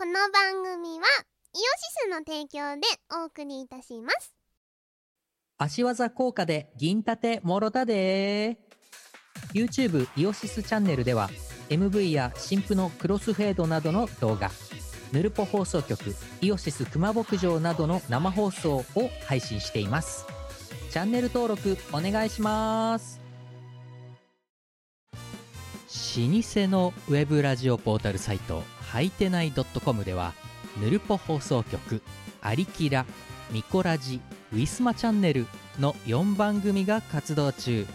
の番組はイオシスの提供でお送りいたします足技効果で銀盾もろたで YouTube イオシスチャンネルでは MV や新婦のクロスフェードなどの動画ヌルポ放送局イオシス熊牧場などの生放送を配信していますチャンネル登録お願いします老舗のウェブラジオポータルサイトはいてない .com ではぬるぽ放送局「アリキラ」「ミコラジ」「ウィスマチャンネル」の4番組が活動中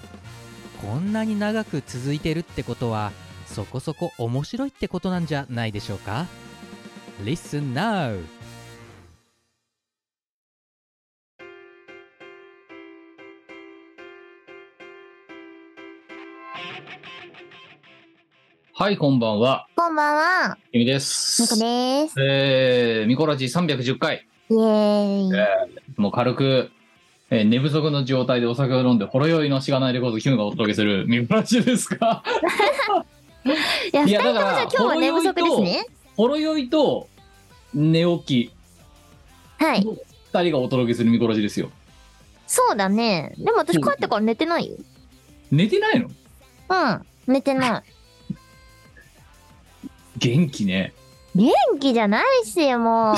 こんなに長く続いてるってことはそこそこ面白いってことなんじゃないでしょうか Listen now! はい、こんばんは。こんばんはゆみです。みこですえー、ミコラジ310回。イエーイえもう軽く、えー寝不足の状態でお酒を飲んで、ほろ酔いのしがないレコード、キムがお届けするミコラジですが、いやい二や人ともじだゃからあ今日は寝不足ですねほろ酔いと寝起き、はい二人がお届けするミコラジですよ。そうだねでも私帰ってから寝てないよ寝てないのうん寝てない元気ね。元気じゃないっすよもう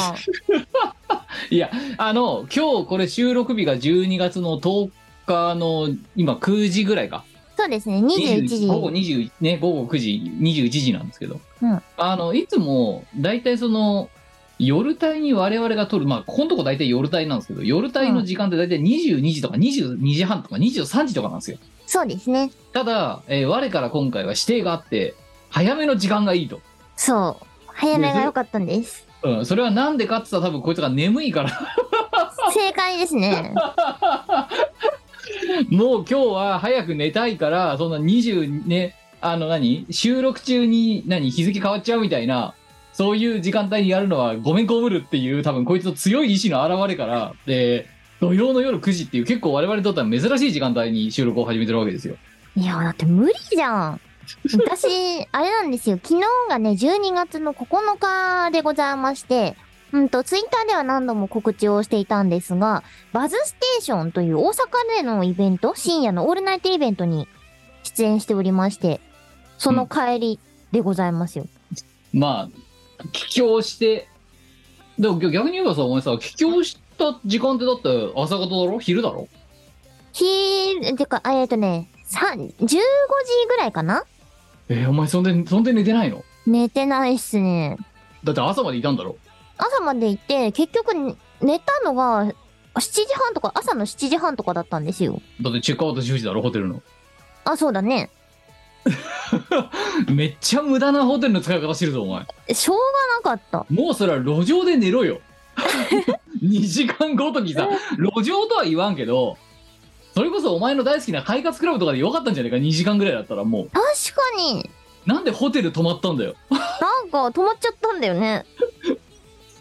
いや、あの、今日これ収録日が12月の10日の、今9時ぐらいか。 そうですね21時午後20ね午後9時21時なんですけど、うんあのいつも大体その夜帯に我々が撮るまあここのとこ大体夜帯なんですけど夜帯の時間って大体22時とか22時半とか23時とかなんですよそうですねただ、えー我から今回は指定があって早めの時間がいいと、そう早めが良かったんですうん、それはなんでかって言ったら多分こいつが眠いから 正解ですねもう今日は早く寝たいからそんな20ねあの何収録中に何日付変わっちゃうみたいなそういう時間帯にやるのはごめんこむるっていう多分こいつの強い意志の表れからで土曜の夜9時っていう結構我々にとっては珍しい時間帯に収録を始めてるわけですよ。いやだって無理じゃん私あれなんですよ昨日がね12月の9日でございましてうんと、ツイッターでは何度も告知をしていたんですが、バズステーションという大阪でのイベント、深夜のオールナイトイベントに出演しておりまして、その帰りでございますよ。まあ帰郷してでも逆に言えばさお前さ帰郷した時間ってだって朝方だろ昼だろひ、てか、あえっとね、さ15時ぐらいかなえーお前そんでそんで寝てないの寝てないっすね。だって朝までいたんだろ朝まで行って、結局ね寝たのが、7時半とか、朝の7時半とかだったんですよ。だってチェックアウト10時だろホテルの。あ、そうだね。めっちゃ無駄なホテルの使い方してるぞお前しょうがなかった。もうそれは路上で寝ろよ 2時間ごとにさ路上とは言わんけどそれこそお前の大好きな快活クラブとかでよかったんじゃねえか2時間ぐらいだったらも確かに、うなんでホテル泊まったんだよなんか止まっちゃったんだよね。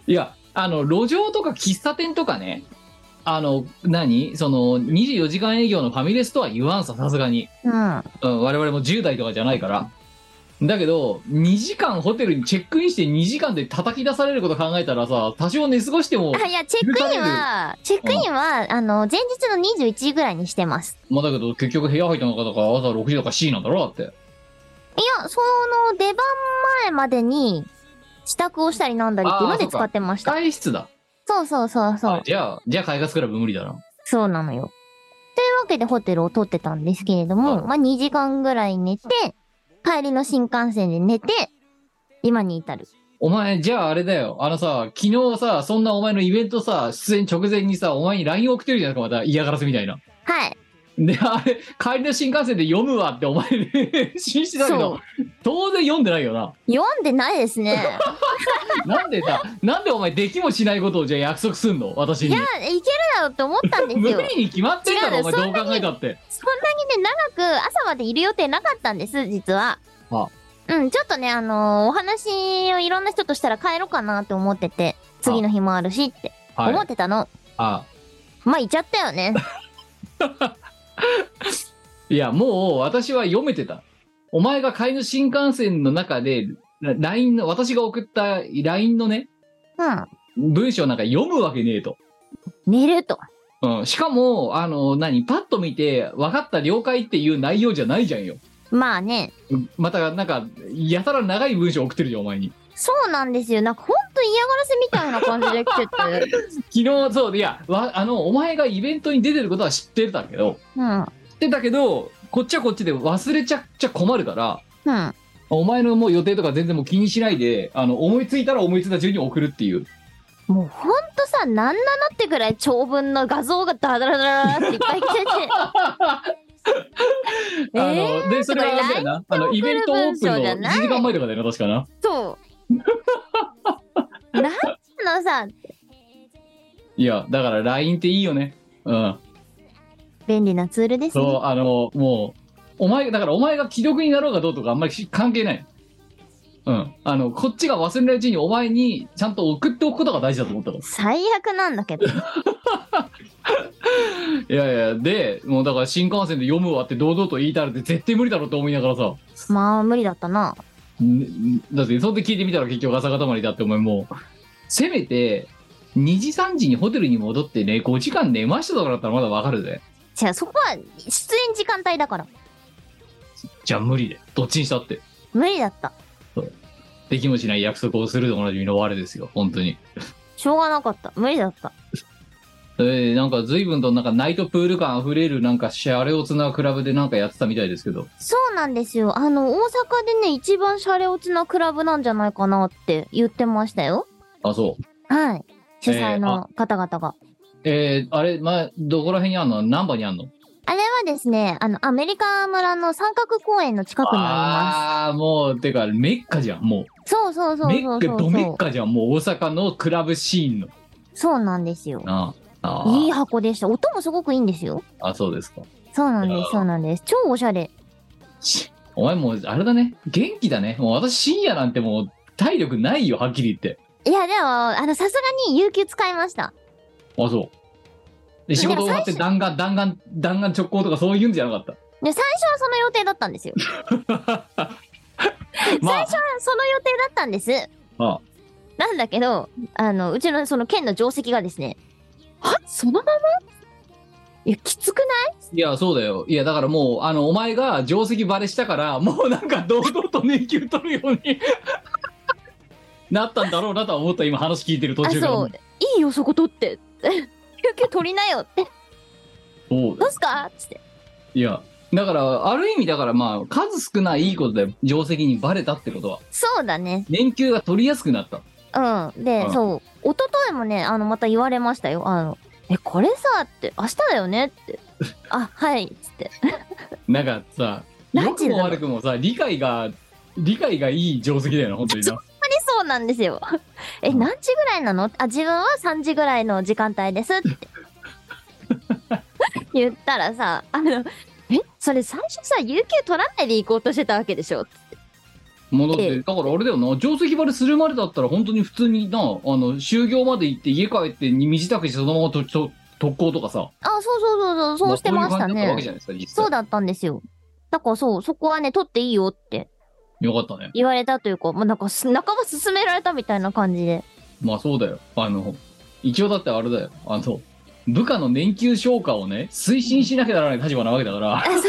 いやあの路上とか喫茶店とかねあの何その24時間営業のファミレスとは言わんささすがにうん。うん、我々も10代とかじゃないから。だけど、2時間ホテルにチェックインして2時間で叩き出されること考えたらさ、多少寝過ごしても、あいや、チェックインは、チェックインは、あの、前日の21時ぐらいにしてます。まあだけど結局部屋入ったのかとか朝6時とか7時なんだろだって。いや、その出番前までに、支度をしたりなんだりっていうので使ってました。控室だ。そうそうそうそうあ。じゃあ、じゃあ開発クラブ無理だな。そうなのよ。というわけでホテルを取ってたんですけれども、はいまあ2時間ぐらい寝て、帰りの新幹線で寝て、今に至る。お前、じゃああれだよ。あのさ、昨日さ、そんなお前のイベントさ、出演直前にさ、お前に LINE 送ってるじゃないですか、また嫌がらせみたいな。はい。で、あれ、帰りの新幹線で読むわってお前 練習してたけそどう、。当然読んでないよな。読んでないです ね。なんでだ、なんでお前できもしないことをじゃあ約束すんの私いにや。、いけるだろうって思ったんです無よ。理に決まってんだろ、違おう前そどんうなに考えたって。そんなにね、長く朝までいる予定なかったんです、実は。あうん、ちょっとね、あのーお話をいろんな人としたら帰ろうかなって思ってて、次の日もあるしっては思っい。てたの。あまあ、いちゃったよね。いや、もう私は読めてた。お前が帰りの新幹線の中で、ラ LINE の、私が送った LINE のね、うん。文章なんか読むわけねえと。寝ると。うん。しかも、あの、何、パッと見て、分かった、了解っていう内容じゃないじゃんよ。まあね。うんまた、なんか、やたら長い文章送ってるじゃん、お前に。そうなんですよ。なんかほんと嫌がらせみたいな感じで来てて。昨日、そう、いや、わあの、お前がイベントに出てることは知ってたけど、うん。知ってたけど、こっちはこっちで忘れちゃっちゃ困るから、うん。お前のもう予定とか全然もう気にしないで、あの、思いついたら思いついた順に送るっていう。もうほんとさ、なんなのってぐらい長文の画像がダラダラダラっていっぱい来てて。 えあの、ー、で、それはあれだよな。あの、イベントオープンの文章じゃ1ない時間前とかだよな、確かな。そう。なんのさ、いや、だから LINE っていいよね。うん。便利なツールですそね。う、あの、もう、お前、だからお前が既読になろうかどうとかあんまりし関係ない。うん。あの、こっちが忘れないうちにお前にちゃんと送っておくことが大事だと思ったの。最悪なんだけど。いやいや、で、もうだから新幹線で読むわって堂々と言いたらって絶対無理だろうと思いながらさ、まあ無理だったな。んんだってそんで聞いてみたら結局朝固まりだってお前もう、せめて、2時3時にホテルに戻ってね、5時間寝ましたとかだったらまだわかるぜ。じゃあそこは出演時間帯だから。じゃあ無理で。どっちにしたって。無理だった。できもしない約束をするでおなじみの我ですよ、本当に。しょうがなかった。無理だった。えー、なんか随分となんかナイトプール感あふれるなんかシャレオツなクラブでなんかやってたみたいですけど。そうなんですよ。あの、大阪でね、一番シャレオツなクラブなんじゃないかなって言ってましたよ。あ、そう。はい。主催の方々が。えー、あれ、まあ、どこら辺にあんのナンバにあんのあれはですね、あの、アメリカ村の三角公園の近くにあああー、もう、てか、メッカじゃん、もう。ります。そうそうそうメそッうカ、そうそドメッう。カじゃん、もう大阪のクラブシーンの。そうなんですよ。ああいいー箱でした。音もすごくいいんですよ。あ、そうですか。そうなんいでやす、そうなんです。超おしゃれ。しお前もう、あれだね。元気だね。もう私深夜なんてもう、体力ないよ、はっきり言って。いや、でも、あの、さすがに有給使いました。あ、そう。で、仕事終わって弾丸、弾丸、弾丸直行とかそういうんじゃなかった。で、最初はその予定だったんですよ。まあ、その予定だったんです。ああなんだけど、あの、うちのその県の定石がですね、はそのままいや、きつくないいや、そうだよ。いや、だからもう、あの、お前が定石バレしたから、もうなんか堂々と年休取るように なったんだろうなとは思った、今話聞いてる途あ、中から。そう。いいよ、そこ取って。 休憩取りなよって。そうどうすかつって。いや、だから、ある意味だから、まあ、数少ないいいことだよ。定石にバレたってことは。そうだね。年休が取りやすくなった。うん。で、うんそう。一昨日もね、あの、また言われましたよ。あの、え、これさ、って、明日だよねって。あ、はい、つって。なんかさ、良何時だくもろう悪くもさ、理解が、理解がいい定石だよな、本当にな。本当にそうなんですよ。 え、うん何時ぐらいなのあ、自分は3時ぐらいの時間帯ですって 言ったらさ、あの、え、それ最初さ、有給取らないで行こうとしてたわけでしょ戻って、ええだからあれだよな、定石バレするまでだったら、本当に普通にな、あの、就業まで行って、家帰って、に身支度して、そのままとと特攻とかさ、あ、そうそうそうそう、そうしてましたまあそういう感じだったわけね。じゃないですか、実際そうだったんですよ。だからそう、そこはね、取っていいよってよかったね。言われたというか、もうなんかす、半ば勧められたみたいな感じ で。まあそうだよ。あの、一応だってあれだよ。あの、部下の年休消化をね、推進しなきゃならない立場なわけだからあ、そうそう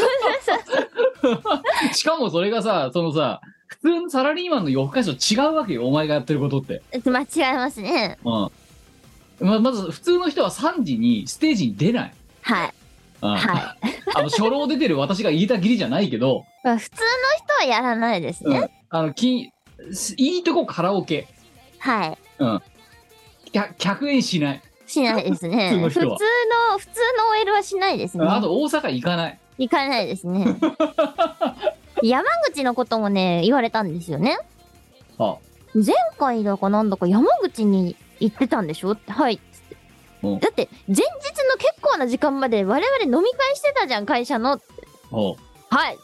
そう。しかもそれがさ、そのさ、普通のサラリーマンの夜更かしと違うわけよ、お前がやってることって。 間違いますね。うん。ままず、普通の人は3時にステージに出ない。はい。うんは あの、初老出てる私が言いたきりじゃないけど、い。まあ、普通の人はやらないですうね。ん、あのきいいとこカラオケはい。きゃ客演しない、しないですね。普通の普通人はの、普通の OL はしないですね。あと大阪行かない行かないです ね。山口のこともね、言われたんですよね。あ今回だかなんだか山口に行ってたんでしょって、はい。つってうんだって、前日の結構な時間まで我々飲み会してたじゃん、会社の。おうはい。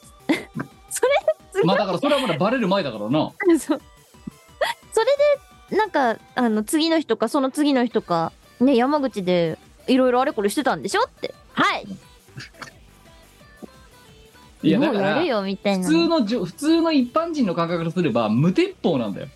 それ、すごまいあだからそれはまだバレる前だからなそうそれで、なんか、あの、次の日とか、その次の日とか、ね、山口で、いろいろあれこれしてたんでしょって。はい。いやもだうかやらるよみたい普な。通のじょ普通の一般人の感覚からすれば無鉄砲なんだ よ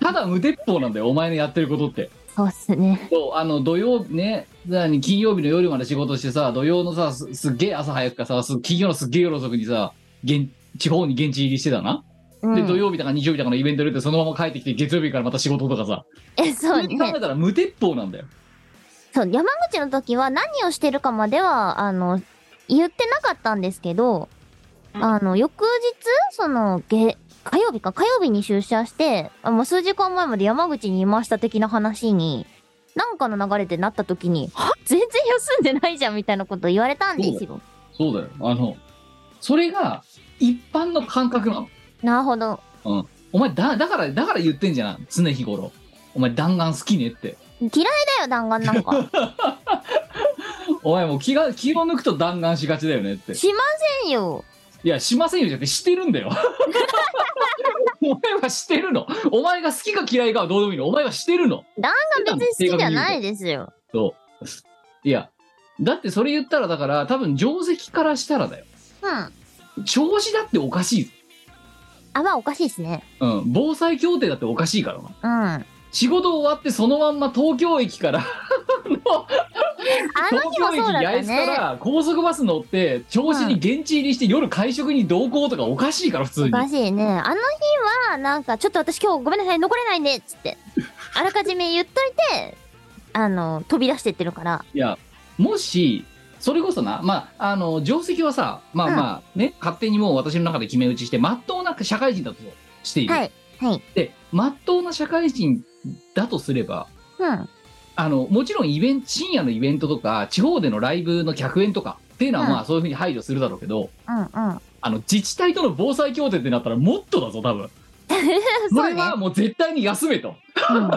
ただ無鉄砲なんだよお前のやってることってそうっすね。そうあの土曜ね何金曜日の夜まで仕事してさ土曜のさすすっげえ朝早くかさす金曜のすっげえ夜遅くにさ現地方に現地入りしてたな、うでん、土曜日だか日曜日だかのイベント出てそのまま帰ってきて月曜日からまた仕事とかさえ、そう普通に考ね。えたら無鉄砲なんだよそう、山口の時は何をしてるかまでは、あの、言ってなかったんですけど、あの、翌日、その、げ、火曜日か、火曜日に出社して、あもう数時間前まで山口にいました的な話に、なんかの流れでなった時に、は全然休んでないじゃんみたいなこと言われたんですよ。そうだよあのそれが一般の感覚なのなるほど。お前だだからだから言ってんじゃん常日頃お前弾丸好きねって嫌いだよ、弾丸なん か。お前もう気が気を抜くと弾丸しがちだよねってしませんよ。いやしませんよじゃなくてしてるんだよ お前はしてるのお前が好きか嫌いかはどうでもいいのお前はしてるの弾丸別に好きじゃないですよ。そういやだってそれ言ったらだから多分定石からしたらだようん。あ、調子だっておかしい、まあおかしいですね。うん、防災協定だっておかしいからなうん。あ仕事終わってそのまんま東京駅からのの東日も京そうだ駅ったね。八重洲から高速バス乗って調子に現地入りして夜会食に同行とかおかしいから普通おにかしいね。あの日は、なんか、ちょっと私今日ごめんなさい、残れないんで、つって。あらかじめ言っといて、あの、飛び出してってるから。いやもしそれこそなまああの定石はさまあうんまあね、勝手にもう私の中で決め打ちしてまっとうな社会人だとしている、はい。はい。でまっとうな社会人だとすればうん。あのもちろんイベント深夜のイベントとか地方でのライブの客演とかっていうのはうんまあそういうふうに排除するだろうけど、うん うん。あの自治体との防災協定ってなったらもっとだぞ多分そそうれね。はもう絶対に休めとうん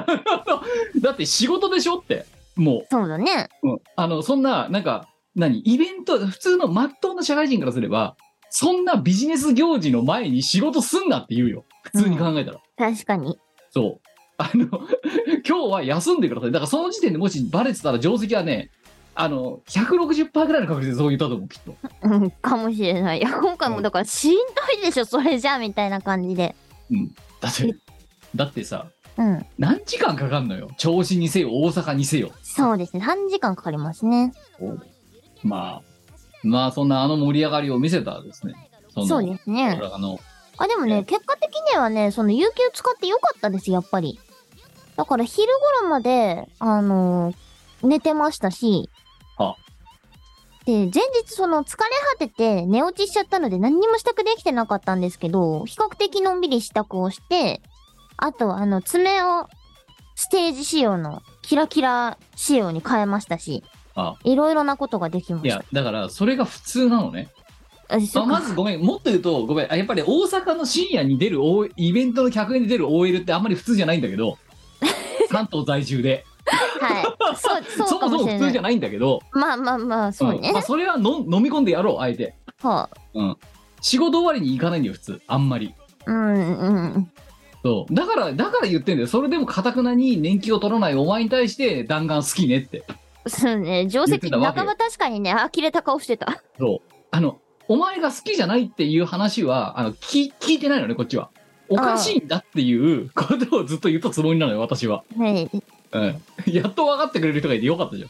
だって仕事でしょってもそうだね。う、うんあのそんななんか何イベント普通の真っ当な社会人からすればそんなビジネス行事の前に仕事すんなって言うよ普通に考えたら、確かに。そうあの 今日は休んでくださいだからその時点でもしバレてたら定石はねあの160%ぐらいの確率でそう言ったと思うきっとうん、かもしれない。いや、今回もだから、しんどいでしょ、それじゃ、みたいな感じで。だってだってさうん。何時間かかんのよ調子にせよ大阪にせよそうですね。3時間かかりますね。まあまあそんなあの盛り上がりを見せたですねそのそうですね。あのあ、でもええね、結果的にはね、その、有給使ってよかったです、やっぱり。だから、昼頃まで、あのー寝てましたし。はで、前日、その、疲れ果てて、寝落ちしちゃったので、何にも支度できてなかったんですけど、比較的のんびり支度をして、あと、あの、爪を、ステージ仕様の、キラキラ仕様に変えましたし、あいろいろなことができまいしたや。だからそれが普通なのね、あそまうあ、かまずごめんもっと言うとごめんあやっぱり大阪の深夜に出る O- イベントの客演で出る OL ってあんまり普通じゃないんだ けど関東在住ではい。そう、そそうかももしそれもな普通じいゃ。ないんだけどまあまあまあ、そうね。んまあ、それはの飲み込んでやろうあえてはあ仕事終わりに行かないんだよ普通あんまりうんうん。そうだからだから言ってんだよそれでもかたくなに年季を取らないお前に対して弾丸好きねってそうね。定言っ石て、たわけよ仲間確かにね、呆れた顔してた。そうあのお前が好きじゃないっていう話はあの聞聞いてないのねこっちはおかしいんだっていうことをずっと言ったつもりなのよ私ははい。うんやっと分かってくれる人がいてよかったじゃ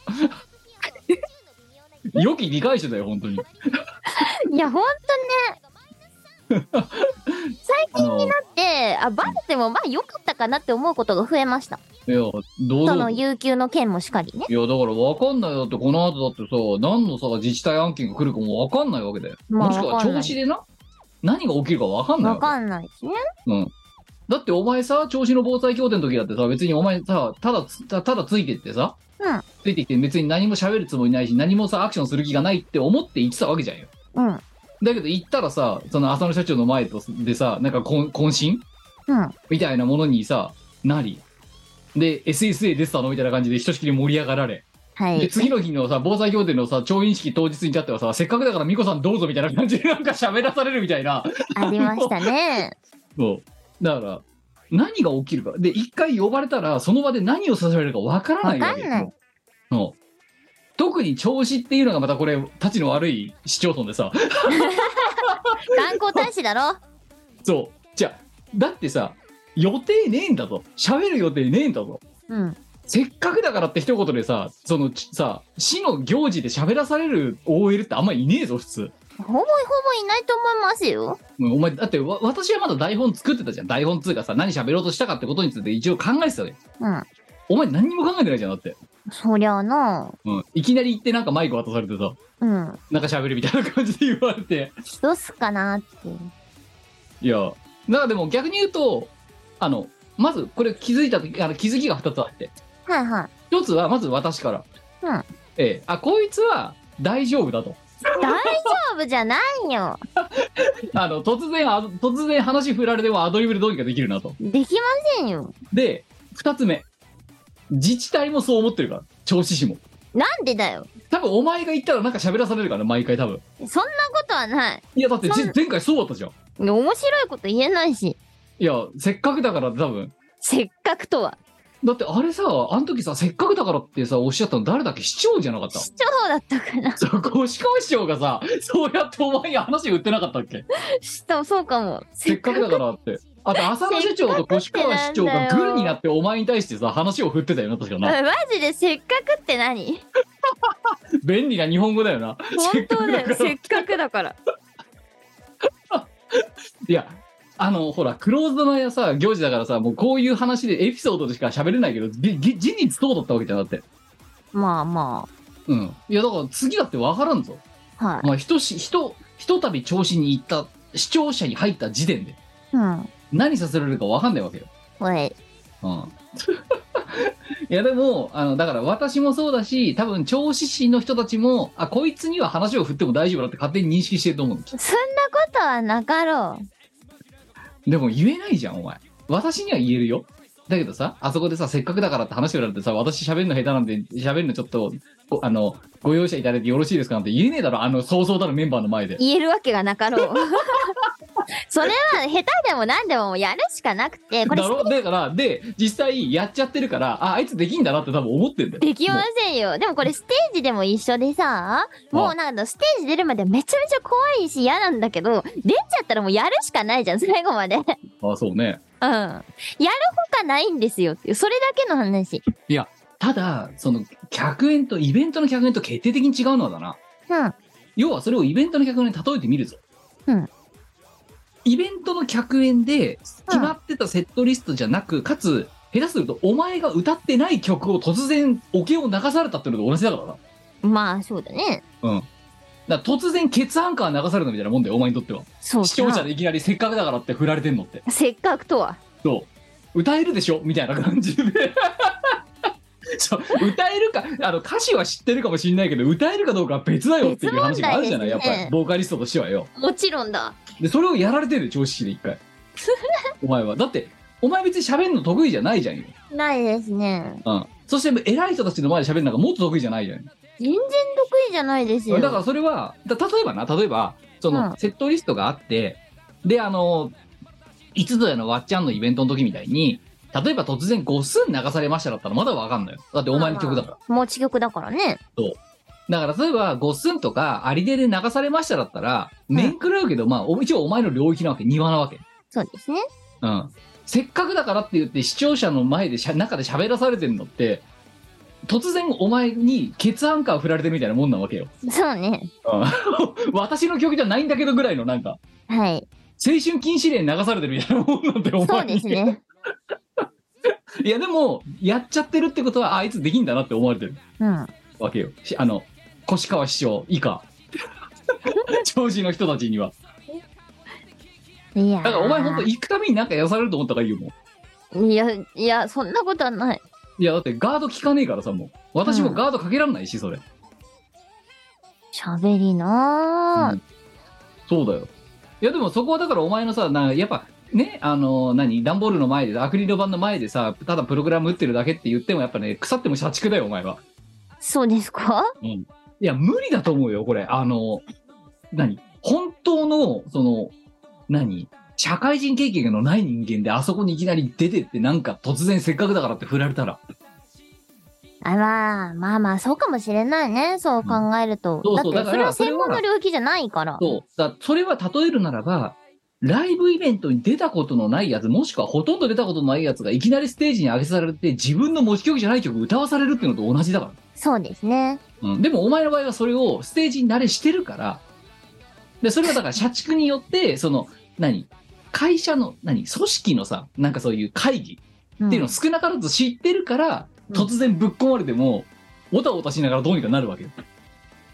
ん。良き理解者だよ、本当に。いや、ほんとあの、いって、あ、バレてもまあ良かったかなって思うことが増えました。や、どうそぞの有給の件もしかりね。いや、だから分かんないよだって、この後だってさ、何のさ、自治体案件が来るかも分かんないわけだよ。まあもしくわはかんない調子でな、何が起きるか分かんないわわけかんないですね。うん。だってお前さ、調子の防災協定の時だってさ、別にお前さ、ただつたただついてってさ、うんついてきて別に何も喋るつもりないし、何もさ、アクションする気がないって思って言ってたわけじゃんよ。うん。だけど行ったらさその浅野社長の前とでさなんか懇渾身うん。みたいなものにさなりで SSA 出てたのみたいな感じでひとしきり盛り上がられはでい。次の日のさ防災協定のさ調印式当日に至ってはさせっかくだから美子さんどうぞみたいな感じでなんか喋らされるみたいなありました ね。そうだから何が起きるかで一回呼ばれたらその場で何をさせられるかわからわないかわけんない。そう特に調子っていうのがまたこれたちの悪い市町村でさ観光大使だろそうじゃあだってさ予定ねえんだぞ喋る予定ねえんだぞうん。せっかくだからって一言でさそのちさ市の行事で喋らされる OL ってあんまいねえぞ普通ほぼほぼいないと思いますよ。うんお前だってわ私はまだ台本作ってたじゃん台本っつうかさ何喋ろうとしたかってことについて一応考えてたねうん。お前何にも考えてないじゃんだって、そりゃあな。うん、いきなり行ってなんかマイク渡されてさうん。なんか喋るみたいな感じで言われてどうすっかなって。いやなんかでも逆に言うとあのまずこれ気づいた時あの気づきが2つあってはいはい。一つはまず私かうら、んええあこいつは大丈夫だと大丈夫じゃないよ。あの突然あ突然話振られてもアドリブでどうにかできるなとできませんよ。で2つ目自治体もそう思ってるから銚子市もなんでだよ。多分お前が行ったらなんか喋らされるから毎回多分そんなことはない。いやだってじ前回そうだったじゃん面白いこと言えないし。いやせっかくだからって多分せっかくとは。だってあれさあの時させっかくだからってさおっしゃったの誰だっけ市長じゃなかった市長だったから。そう越川市長がさそうやってお前に話売ってなかったっけしかもそうかも。せっかくだからってあと浅野市長と越川市長がグルになってお前に対してさ話を振ってたよな確かなあマジでせっかくって何便利な日本語だよな本当だよせっかくだからいやあのほらクローズドなさ行事だからさもうこういう話でエピソードでしか喋れないけどぎぎ事実そうだったわけじゃなくてまあまうんいやだから次だって分からんぞあ。はまあひとしひとひとたび調子に行った視聴者に入った時点でい。うん。何させられるか分かんないわけよおい。うん いやでもあのだから私もそうだし多分銚子市の人たちもあこいつには話を振っても大丈夫だって勝手に認識してると思うんですそんなことはなかろう。でも言えないじゃんお前私には言えるよだけどさあそこでさせっかくだからって話をられてさ私喋るの下手なんで喋るのちょっとごあのご容赦いただいてよろしいですかなんて言えねえだろあのそうそうたるメンバーの前で言えるわけがなかろう。それは下手でも何でもやるしかなくて、これだろだからで実際やっちゃってるからああいつできんだなって多分思ってんだよできませんよ。でもこれステージでも一緒でさ、もうなんかステージ出るまでめちゃめちゃ怖いし嫌なんだけど、出ちゃったらもうやるしかないじゃん、最後まで。うん。やるあそうねほかないんですよっていう、それだけの話。ただその客演とイベントの客演と決定的に違うのはだなうん。要はそれをイベントの客演に例えてみるぞ。うんイベントの客演で決まってたセットリストじゃなく、かつ下手するとお前が歌ってない曲を突然お経を流されたっていうのと同じだからな。まあそうだね。だから突然ケツアンカー流されたみたいなもんだよ、お前にとっては。そう視聴者でいきなりせっかくだからって振られてんのって。せっかくとは。そう。歌えるでしょみたいな感じで。 そう歌えるかあの歌詞は知ってるかもしれないけど歌えるかどうかは別だよっていう話があるじゃな別い、やっ問題ですぱねりボーカリストとしてはよ。もちろんだ。でそれをやられてるよ調子市で 一回お前はだってお前別に喋るの得意じゃないじゃんよ、ないですね。うん、そして偉い人たちの前で喋るのがもっと得意じゃないじゃん全然得意じゃないですよ。だからそれはだ例えばな例えばそのうんセットリストがあって、であのいつぞやのわっちゃんのイベントの時みたいに例えば突然五寸流されましただったらまだわかんないよだってお前の曲だから、持ち曲だからね。だから例えば五寸とかアリデで流されましただったら面食らうけど、まあお一応お前の領域なわけ庭なわけそうですね。うん、せっかくだからって言って視聴者の前でしゃ中で喋らされてるのって突然お前にケツアンカー振られてるみたいなもんなわけよそうね。私の曲じゃないんだけどぐらいのなんかはい。青春禁止令に流されてるみたいなもんなんておそう前ですね。いやでもやっちゃってるってことはああいつできんだなって思われてるうん。わけよしあの越川市長 以下調子の人たちにはいやー。だからお前ほんと行くためになんかやらされると思ったから言うもんいや、いや、そんなことはない。いやだってガード効かねえからさもう私もガードかけらんないしそれ喋りなうーんそうだよ。いやでもそこはだからお前のさ、なんかやっぱね、あの何、段ボールの前で、アクリル板の前でさ、ただプログラム打ってるだけって言っても、やっぱね、腐っても社畜だよ、お前は。そうですかいや、無理だと思うよ、これ。あの、何、本当の、その、何、社会人経験のない人間で、あそこにいきなり出てって、なんか突然せっかくだからって振られたら、あまあ、まあまあ、そうかもしれないね。そう考えると。そうそうだっだて、そかられはそれ専は門の領域じゃないから。そう。だそれは例えるならば、ライブイベントに出たことのないやつ、もしくはほとんど出たことのないやつがいきなりステージに上げされて、自分の持ち曲じゃない曲歌わされるっていうのと同じだかそうですね。ら。うん。でもお前の場合はそれをステージに慣れしてるから、で、それ はだから社畜によって、その、何会社の、何組織のさ、なんかそういう会議うんっていうのを少なからず知ってるから、うん突然ぶっ込まれても、おたおたしながらどうにかなるわけよ。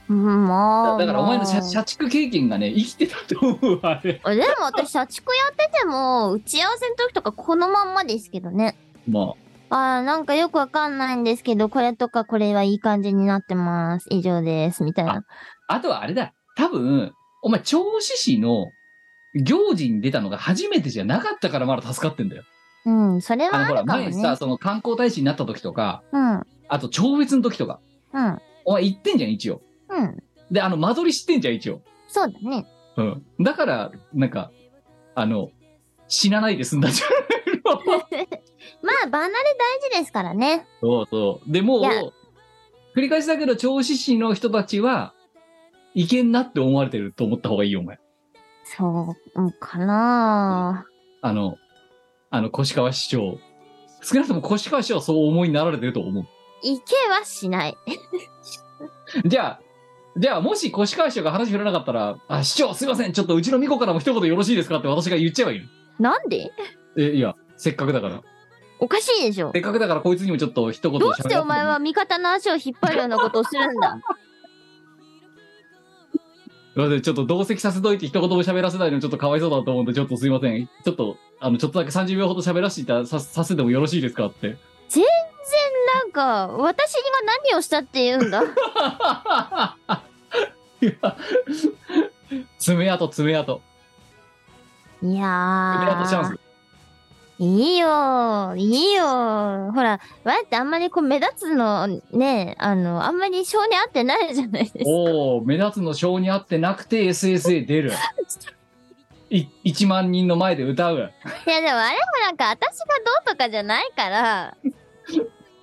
うんもだう。だからお前の社もう社畜経験がね、生きてたと思う、あれ。でも私、社畜やってても、打ち合わせの時とかこのまんまですけどね。まあ。あーなんかよくわかんないんですけど、これとかこれはいい感じになってます。以上です。みたいな。あとはあれだ。多分、お前、銚子市の行事に出たのが初めてじゃなかったからまだ助かってんだよ。うん、それあの、はあほら、るかも前ねさ、。その観光大使になった時とか、うん、うん、あと、超越の時とか、お前行ってんじゃん、一応。うん。で、あの、間取り知ってんじゃん、一応。そうだ ね。うん。だから、なんか、あの、死なないで済んだじゃん。まあ、離れ大事ですからね。 そうそう。でもういや、繰り返しだけど、銚子市の人たちは、いけんなって思われてると思った方がいいよ、お前。そう、うんかなあの、あの、越川市長。少なくとも越川市長はそうお思いになられてると思う。いけはしない。じゃあ、じゃあ、もし越川市長が話振らなかったら、あ、市長、すいません、ちょっとうちの巫女からも一言よろしいですかって私が言っちゃえばいいの。なんでえ、いや、せっかくだから。おかしいでしょ。せっかくだから、こいつにもちょっと一言ど喋うらせしてお前は味方の足を引っ張るようなことをするんだすいません、ちょっと同席させといて一言も喋らせないのちょっとかわいそうだと思うんで、ちょっとすいません。ちょっと、あの、ちょっとだけ30秒ほど喋らせていたささせてもよろしいですかって。なんか、私には何をしたって言うんだ。いや爪痕、爪痕。い爪痕チャンやスー。。いいよー、いいよー。ほら、わやってあんまりこう目立つのね、あの、あんまり性に合ってないじゃないですか。おお、目立つの性に合ってなくて SSA 出る。い1万人の前で歌う。いやでもあれもなんか私がどうとかじゃないから、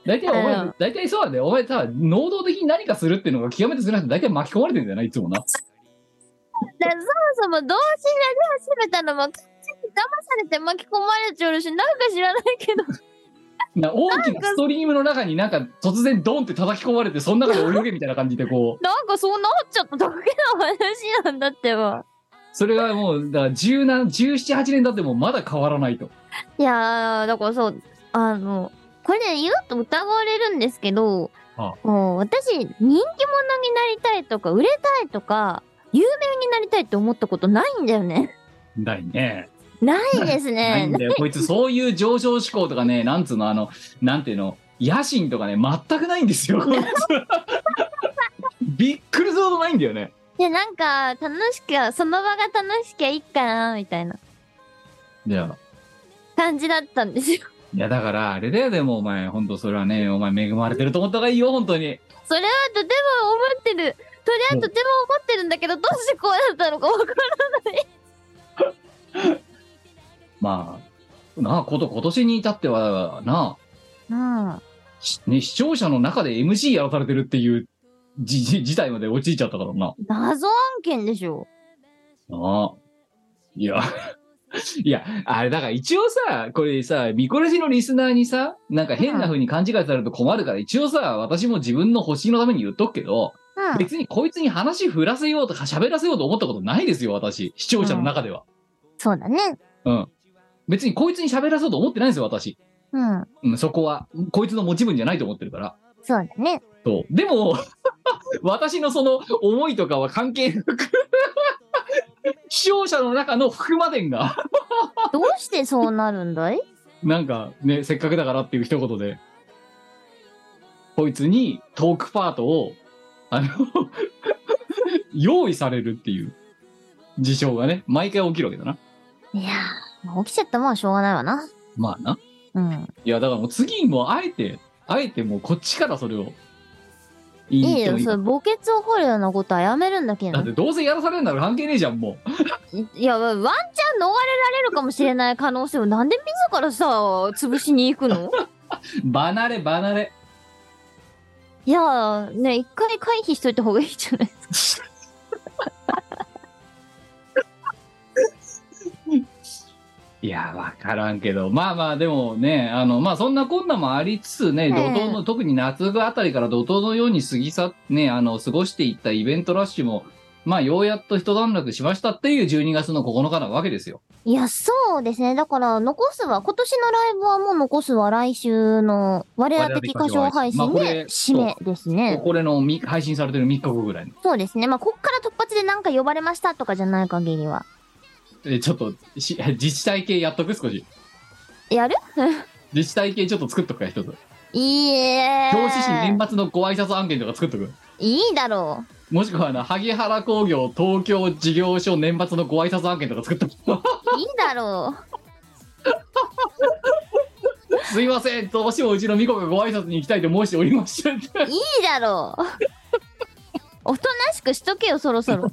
大体お前あの、大体そうなんだよ。お前さ、能動的に何かするっていうのが極めて少なくて、大体巻き込まれてるんじゃないいつもな。だそもそも同時にやり始めたのも完全に騙されて巻き込まれちゃうし、なんか知らないけ ど、な大きなストリームの中になんか突然ドンって叩き込まれて、その中で泳げみたいな感じでこう、なんかそうなっちゃっただけの話なんだってば。それがもう、だから17、17、8年経ってもまだ変わらないと。いやー、だからそう、あの、これね、言うと疑われるんですけど、あもう私、人気者になりたいとか、売れたいとか、有名になりたいって思ったことないんだよね。 ないね。ないです ないんね。だよ。こいつ、そういう上昇志向とかね、なんつうの、あの、なんていうの、野心とかね、全くないんですよ、 こいつびっくりするほどないんだよね。で、なんか、楽しくは、その場が楽しきゃいいかな、みたいないや、感じだったんですよ。いやだから、あれだよ、でもお前、本当それはね、お前恵まれてると思った方がいいよ、本当に。それはとても思ってる。とりあえずとても思ってるんだけど、どうしてこうなったのかわかんまあ、なあ、こと、今年に至っては、なあ、ない。うん。しね、視聴者の中で MC やらされてるっていうじじ事態まで陥っちゃったからな。謎案件でしょ。ああ。いや、 いや、あれ、だから一応さ、これさ、ミコラジのリスナーにさ、なんか変な風に勘違いされると困るから、一応さ、私も自分の星のために言っとくけど、うん。別にこいつに話振らせようとか喋らせようと思ったことないですよ、私。視聴者の中では。そうだね。うん。別にこいつに喋らせようと思ってないんですよ、私。うん。うん、そこは。こいつの持ち分じゃないと思ってるから。そうだ ね。そう。でも、 私のその思いとかは関係なく、視聴者の中の福間伝が、どうしてそうなるんだいなんかね、せっかくだからっていう一言で、こいつにトークパートを、あの、 用意されるっていう事象がね、毎回起きるわけだな。いやー、まあ起きちゃったもんはしょうがないわな。まあな。うん。いや、だからもう次にもうあえて、あえてもうこっちからそれを言いに行っいいてもよ、いいそれ、墓穴を掘るようなことはやめるんだけどだっ。てどうせやらされるなら関係ねえじゃん、もう。いや、ワンチャン逃れられるかもしれない可能性を なんで自らさ、潰しに行くの離れ離れ。いやー、ね、一回回避しといた方がいいじゃないですか。いや、わからんけど、まあまあ、でもね、あの、まあそんなこんなもありつつね、え怒涛の、特に夏があたりから怒涛のように過ぎ去っね、あの、過ごしていったイベントラッシュも、まあ、ようやっと一段落しましたっていう12月の9日なわけですよ。いや、そうですね。だから、残すは、今年のライブはもう残すは来週の我ら的歌唱配信まあこれで締めですね。これのみ配信されてる3日後ぐらいの。そうですね。まあ、こっから突発でなんか呼ばれましたとかじゃない限りは。え、ちょっと、し自治体系やっとく少し。やる自治体系ちょっと作っとくから一つ。いいえ。教師市年末のご挨拶案件とか作っとく。いいだろもしくはあの、萩原工業東京事業所年末のご挨拶案件とか作っとく。う。いいだろう。すいません、どうしてもうちの巫女がご挨拶に行きたいと申しておりましたいいだろう。おとなしくしとけよ、そろそろ。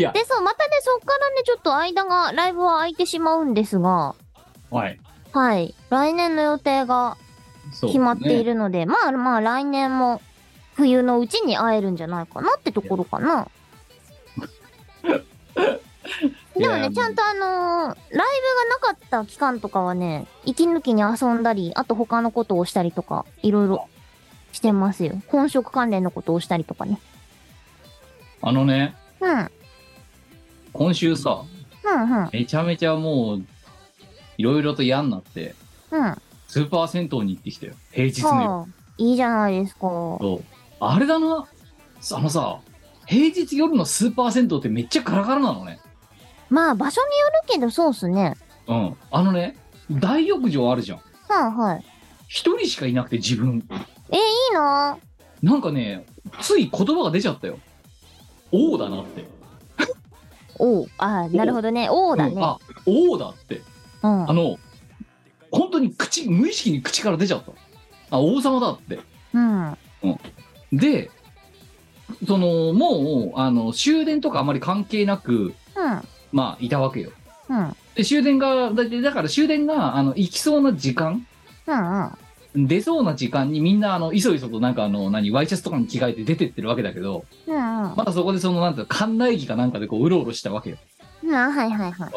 や、で、そう、またね、そっからね、ちょっと間が、ライブは空いてしまうんですが、はい。はい。来年の予定がそう決まっている。るので、まあまあ来年も冬のうちに会えるんじゃないかなってところか な。でもいやね、ちゃんとあのーライブがなかった期間とかはね、息抜きに遊んだり、あと他のことをしたりとか、いろいろしてますよ。本職関連のことをしたりとかね。あのね、うん、うん、今週さ、うん、めちゃめちゃもう、いろいろと嫌になって、うん。はスーパー銭湯に行ってきたよ。平日の夜あ、いいじゃないですか。うと。あれだな、あのさ、平日夜のスーパー銭湯ってめっちゃカラカラなのね。まあ場所によるけど、そうっすね。うん。あのね、大浴場あるじゃん。はい、はい。一人しかいなくて自分。えー、いいななんかね、つい言葉が出ちゃったよ。王だなって。おう、ああ、なるほどね。おうだね。んあ、王だって。うんあ。の、本当に口、無意識に口から出ちゃった。あ、王様だって。うん。で、その、もう、あの、終電とかあまり関係なく、うん。まあ、いたわけよ。うん。で、終電が、だだから終電が、あの、行きそうな時間、うん。うん。出そうな時間にみんな、あの、いそいそとなんかあの、何、ワイシャツとかに着替えて出てってるわけだけど、うん。うん。まだそこでその、なんていうの館内駅かなんかでこう、うろうろしたわけよ。うんはいはいはい。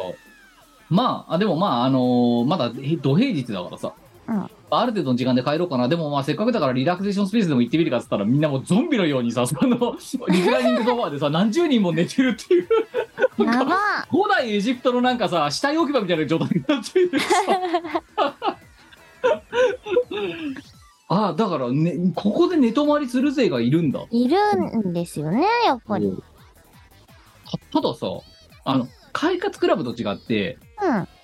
まあ、あでもまあ、あのーまだへ土平日だからさ、うんある程度の時間で帰ろうかな、でもまあ、せっかくだからリラクゼーションスペースでも行ってみるかっつったら、みんなもうゾンビのようにさ、そ の、リクライニングソファーでさ、何十人も寝てるっていう、やば古代エジプトのなんかさ、死体置き場みたいな状態になっ てるさ。ああ、だから、ね、ここで寝泊まりする勢がいるんだ。いるんですよね、やっぱり。うん。たたださ、あの、快活クラブと違って、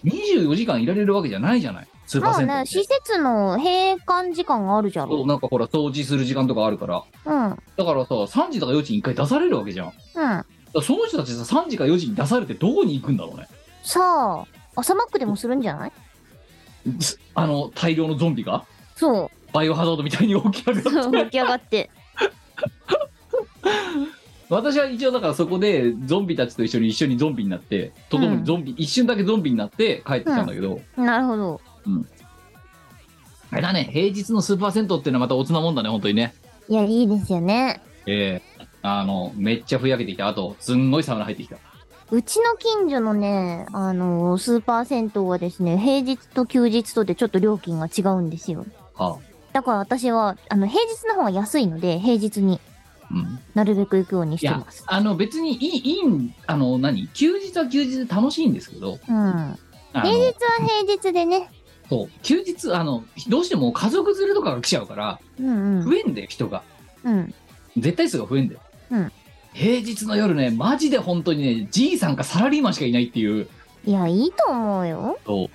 24時間いられるわけじゃないじゃない、スーパまあーセントね、施設の閉館時間があるじゃそうろ。なんかほら掃除する時間とかあるからうん。うん。だからさ3時とか4時に1回出されるわけじゃんだからその人たちさ3時か4時に出されてどこに行くんだろうねさあ、朝マックでもするんじゃないすあの大量のゾンビがそバイオハザードみたいに起き上う。がるそう、起き上がって。私は一応だからそこでゾンビたちと一緒に一緒にゾンビになってとどもにゾンビ、一瞬だけゾンビになって帰ってきたんだけど、なるほど。あれだね平日のスーパー銭湯っていうのはまたおつなもんだね本当にねいや、いいですよね。ええあのめっちゃふやけてきたあとすんごいサウナ入ってきたうちの近所のね、あのスーパー銭湯はですね、平日と休日とでちょっと料金が違うんですよ。はだから私は、あの、平日の方が安いので、平日にあうんなるべく行くようにしいてやます。あの別にいいいいんあの何休日は休日で楽しいんですけどうん。あ平日のは平日でね。そう休日あのどうしても家族連れとかが来ちゃうからうんうん。増えんだよ人がうん。絶対数が増えんだよ、うん平日の夜ねマジで本当にねじいさんかサラリーマンしかいないっていういや、いいと思うよ。そう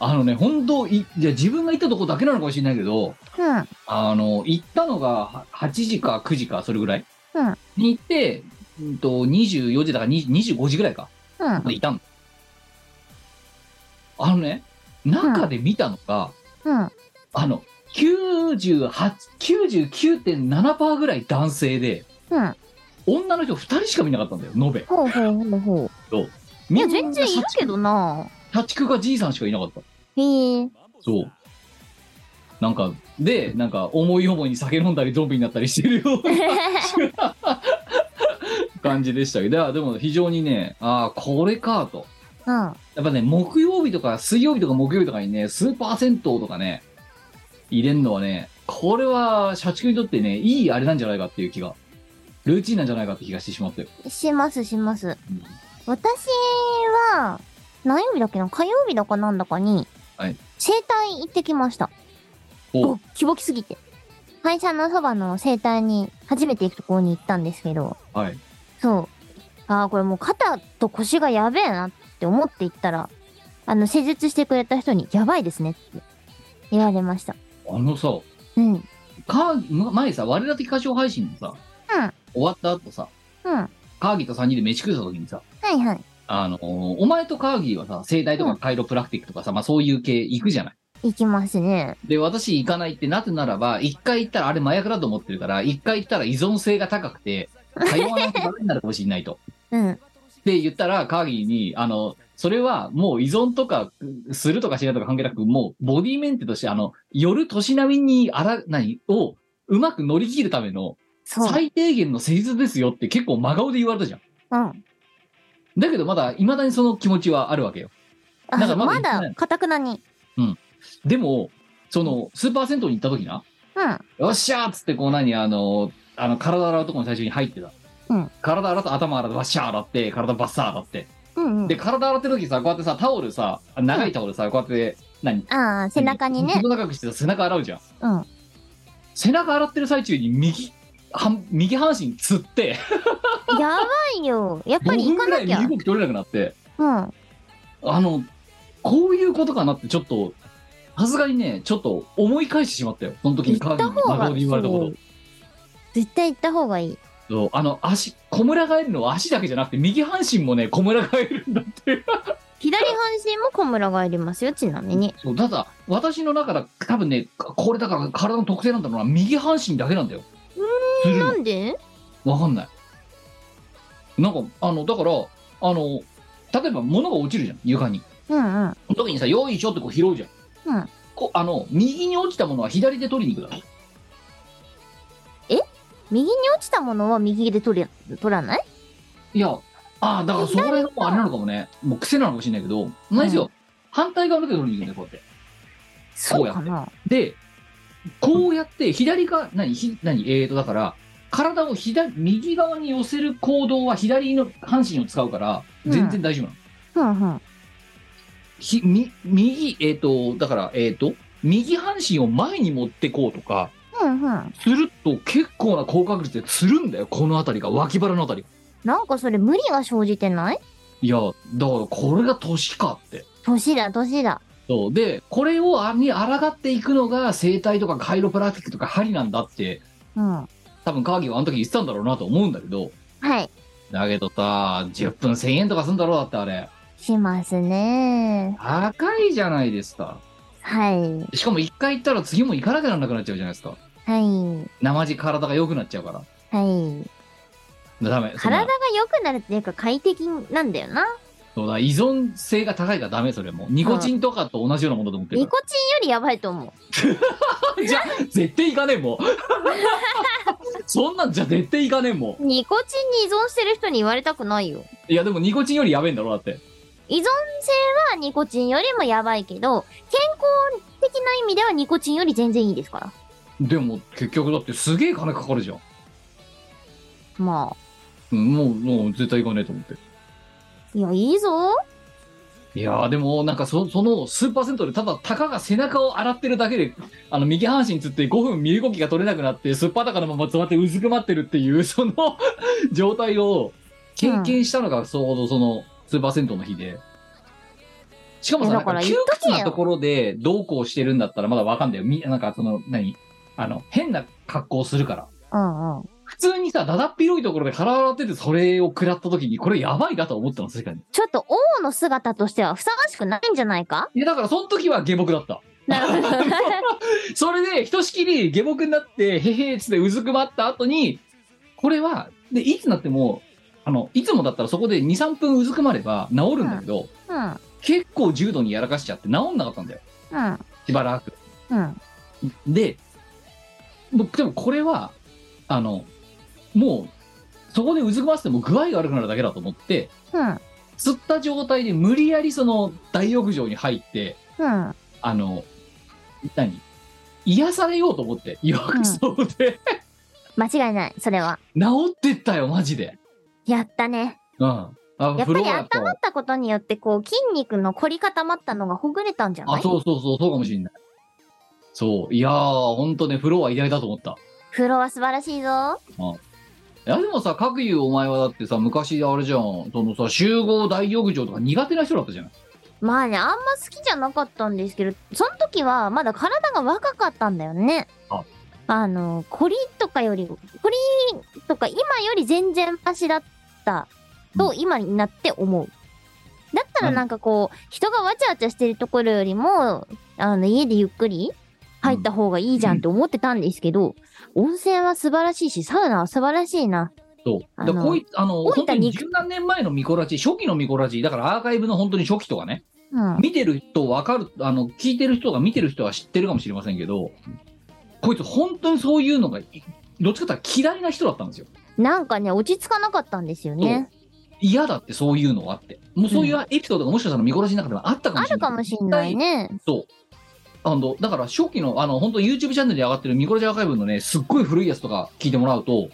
あのね本当いいや自分が行ったとこだけなのかもしれないけどうん。あの行ったのがは8時か9時かそれぐらい、うんに行って、うん、と24時だから20 25時ぐらいかうん。いたの。あのね、中で見たのが、うん。あの、98、99.7%ぐらい男性で、うん。女の人2人しか見なかったんだよ、延べ。ほうほうほうほう。いみや、んな全然いるけどな社畜社畜かじいさんしかいなかった。へえ。そう。なんかでなんか思い思いに酒飲んだりゾンビになったりしてるような 感じでしたけどいやでも非常にねああこれかとうん。やっぱね木曜日とか水曜日とか木曜日とかにねスーパー銭湯とかね入れるのはねこれは社畜にとってねいいあれなんじゃないかっていう気がルーチンなんじゃないかって気がしてしまったよ、します、します。うん私は、何曜日だっけな火曜日だかなんだかに、はい整体行ってきました。おお、キボキすぎて。会社のそばの整体に初めて行くところに行ったんですけど、はいそう。ああ、これもう肩と腰がやべえなって思って行ったら、あの、施術してくれた人に、やばいですねって言われました。あのさうん。うん。か前さ我ら的歌唱配信のさうん。終わった後さはカーギーと3人で飯食うた時にさいはい。あのーお前とカーギーはさ整体とうかんカイロプラクティックとかさ、まあそういう系行くじゃない行きますね。で私行かないってなぜならば一回行ったらあれ麻薬だと思ってるから一回行ったら依存性が高くて通わないとダメになるかもしれないとうん。って言ったら、カーギーに、あの、それはもう依存とか、するとかしないとか関係なく、もうボディメンテとして、あの、夜年並みにあら、何を、うまく乗り切るためのそう。最低限の施術ですよって結構真顔で言われたじゃん。うん。だけどまだ、未だにその気持ちはあるわけよ。あだからままだ行ってないだ、かたくなに。でも、その、スーパー銭湯に行った時な、うん。よっしゃーっつってこう何、あの、あの、体洗うとこに最初に入ってた。うん体洗って頭洗って、バッシャー洗って、体バッサー洗って。うんうんで、。体洗ってる時さ、こうやってさ、タオルさ、長いタオルさ、こうやって、何ああ、背中にね。細長くしてさ背中洗うじゃんうん。背中洗ってる最中に右半右半身つってやばいよ。やっぱ5り分行かぐらないきゃ。身うん。動き取れなくなってああのこういうことかなってちょっとさすがにねちょっと思い返してしまったよその時にカーギーに言った方が真顔で言われたこ絶対行った方がいい。とそうあの足小村がえるのは足だけじゃなくて右半身もね小村がえるんだって左半身も小村がいりますよ、ちなみに。そうただ私の中だ多分ねこれだから体の特性なんだろうな右半身だけなんだよするのなんでわかんない。なんか、あの、だから、あの、例えば物が落ちるじゃん、床に。うんうん。特にさ、よいしょってこう拾うじゃん。うんこあの、右に落ちたものは左で取りに行くだろ。右に落ちたものは右で取り取らないいや、ああ、だからそこら辺がもうあれなのかもね。もう癖なのかもしれないけど、ないですよ。反対側だけ取りに行くんだよ、こうやそうかなって。で、こうやって、左側、何、ひ何、えーと、だから、体を左、右側に寄せる行動は左の半身を使うから、全然大丈夫なの。うんうん。ひみ右、えっ、と、だから、えっ、と、右半身を前に持ってこうとか、うんうん。すると結構な高確率でつるんだよ、この辺りが、脇腹の辺り。なんかそれ無理が生じてないいや、だからこれが年かって。年だ、年だ。そうで、これをあに抗っていくのが整体とかカイロプラクティックとか針なんだって、うん。は多分カーギーはあの時言ってたんだろうなと思うんだけど、い。だけどさ、10分1000円とかすんだろうだってあれ。しますね。高いじゃないですか。はい。しかも1回行ったら次も行かなきゃならなくなっちゃうじゃないですか。はい。生地体が良くなっちゃうから。はい。ダメ。そんな体が良くなるっていうか快適なんだよな。そうだ依存性が高いからダメそれもニコチンとかと同じようなものと思ってるニかコチンよりやばいと思う。ら じゃあ絶対いかねえもん そんなんじゃ絶対いかねえもニコチンに依存してる人に言われたくないよ。んいやでもニコチンよりやべえんだろだって依存性はニコチンよりもやばいけど、健康的な意味ではニコチンより全然いいですから。でも結局だってすげえ金かかるじゃん、まうん、もうもう絶対いかねえと思ってあ、いや、いいぞ。いやーでもなんかそそのスーパーセントでただたかが背中を洗ってるだけであの右半身つって5分身動きが取れなくなってすっぱだかのまま座ってうずくまってるっていう その状態を経験したのがちょうどそのスーパーセントの日でしかもさいやなんだかから窮言っとけ屈よなところでどうこうしてるんだったらまだわかんないよみなんかその何あの変な格好するからうんうん。普通にさだだっ広いところで体洗っててそれを食らった時にこれやばいなと思ったの確かにちょっと王の姿としてはふさわしくないんじゃないかいやだからその時は下僕だったなるほど。それで、ひとしきり下僕になって、へへーっつってうずくまった後に、これは、で、いつになっても、あの、いつもだったらそこで2、3分うずくまれば治るんだけど、うん。結構重度にやらかしちゃって治んなかったんだよ。うん。しばらく。うん。で、僕、でもこれは、あの、もう、そこでうずくませても具合が悪くなるだけだと思って、うん。釣った状態で無理やりその大浴場に入って、うん。あの、何癒されようと思って、 浴槽で、間違いない、それは。治ってったよ、マジで。やったね。うん。あやっぱ風呂りだ温とまったことによって、こう、筋肉の凝り固まったのがほぐれたんじゃなあ、いそうそうそう、そうかもしれない。そう。いやー、ほんとね、風呂は偉大だと思った。風呂は素晴らしいぞ。いや、でもさ、各言うお前はだってさ、昔あれじゃん、そのさ、集合大浴場とか苦手な人だったじゃん。まあね、あんま好きじゃなかったんですけど、その時はまだ体が若かったんだよね。ああの、コリとかより、コリとか今より全然マシだったと今になって思う。だったらなんかこう、人がわちゃわちゃしてるところよりも、あの、家でゆっくり入った方がいいじゃんって思ってたんですけど、温泉は素晴らしいし、サウナは素晴らしいな。そう。だかあらのこういあの、老い本た当に肉十何年前のミコラチ、初期のミコラチ、だからアーカイブの本当に初期とかね、うん。見てる人わかる、あの、聞いてる人が見てる人は知ってるかもしれませんけど、こいつ本当にそういうのが、いどっちかっていうと嫌いな人だったんですよ。なんかね、落ち着かなかったんですよね。嫌だってそういうのがあって。もうそういうエピソードがもしかしたらミコラチの中でもあったかあもしれるない。かもしんないね。そう。あの、だから初期の、あの、本当 YouTube チャンネルで上がってるミコラジアーカイブのね、すっごい古いやつとか聞いてもらうと、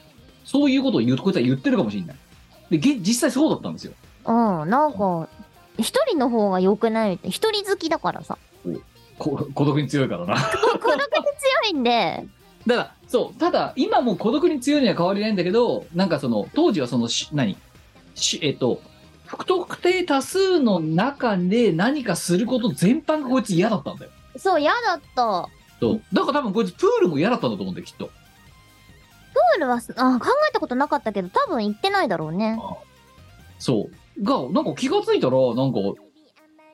そういうことを言う、こいつは言ってるかもしれない。で、げ実際そうだったんですよ。うん、なんか、一人の方が良くないみたい。一人好きだからさ。こ孤独に強いからな。だ か孤独に強いんで、ら、そう、ただ、今もう孤独に強いには変わりないんだけど、なんかその、当時はその、し何しえっと、不特定多数の中で何かすること全般がこいつ嫌だったんだよ。そう、嫌だった。そう。だから多分こいつプールも嫌だったんだと思うんだよ、きっと。プールはあ、考えたことなかったけど、多分行ってないだろうね。そう。が、なんか気がついたら、なんか、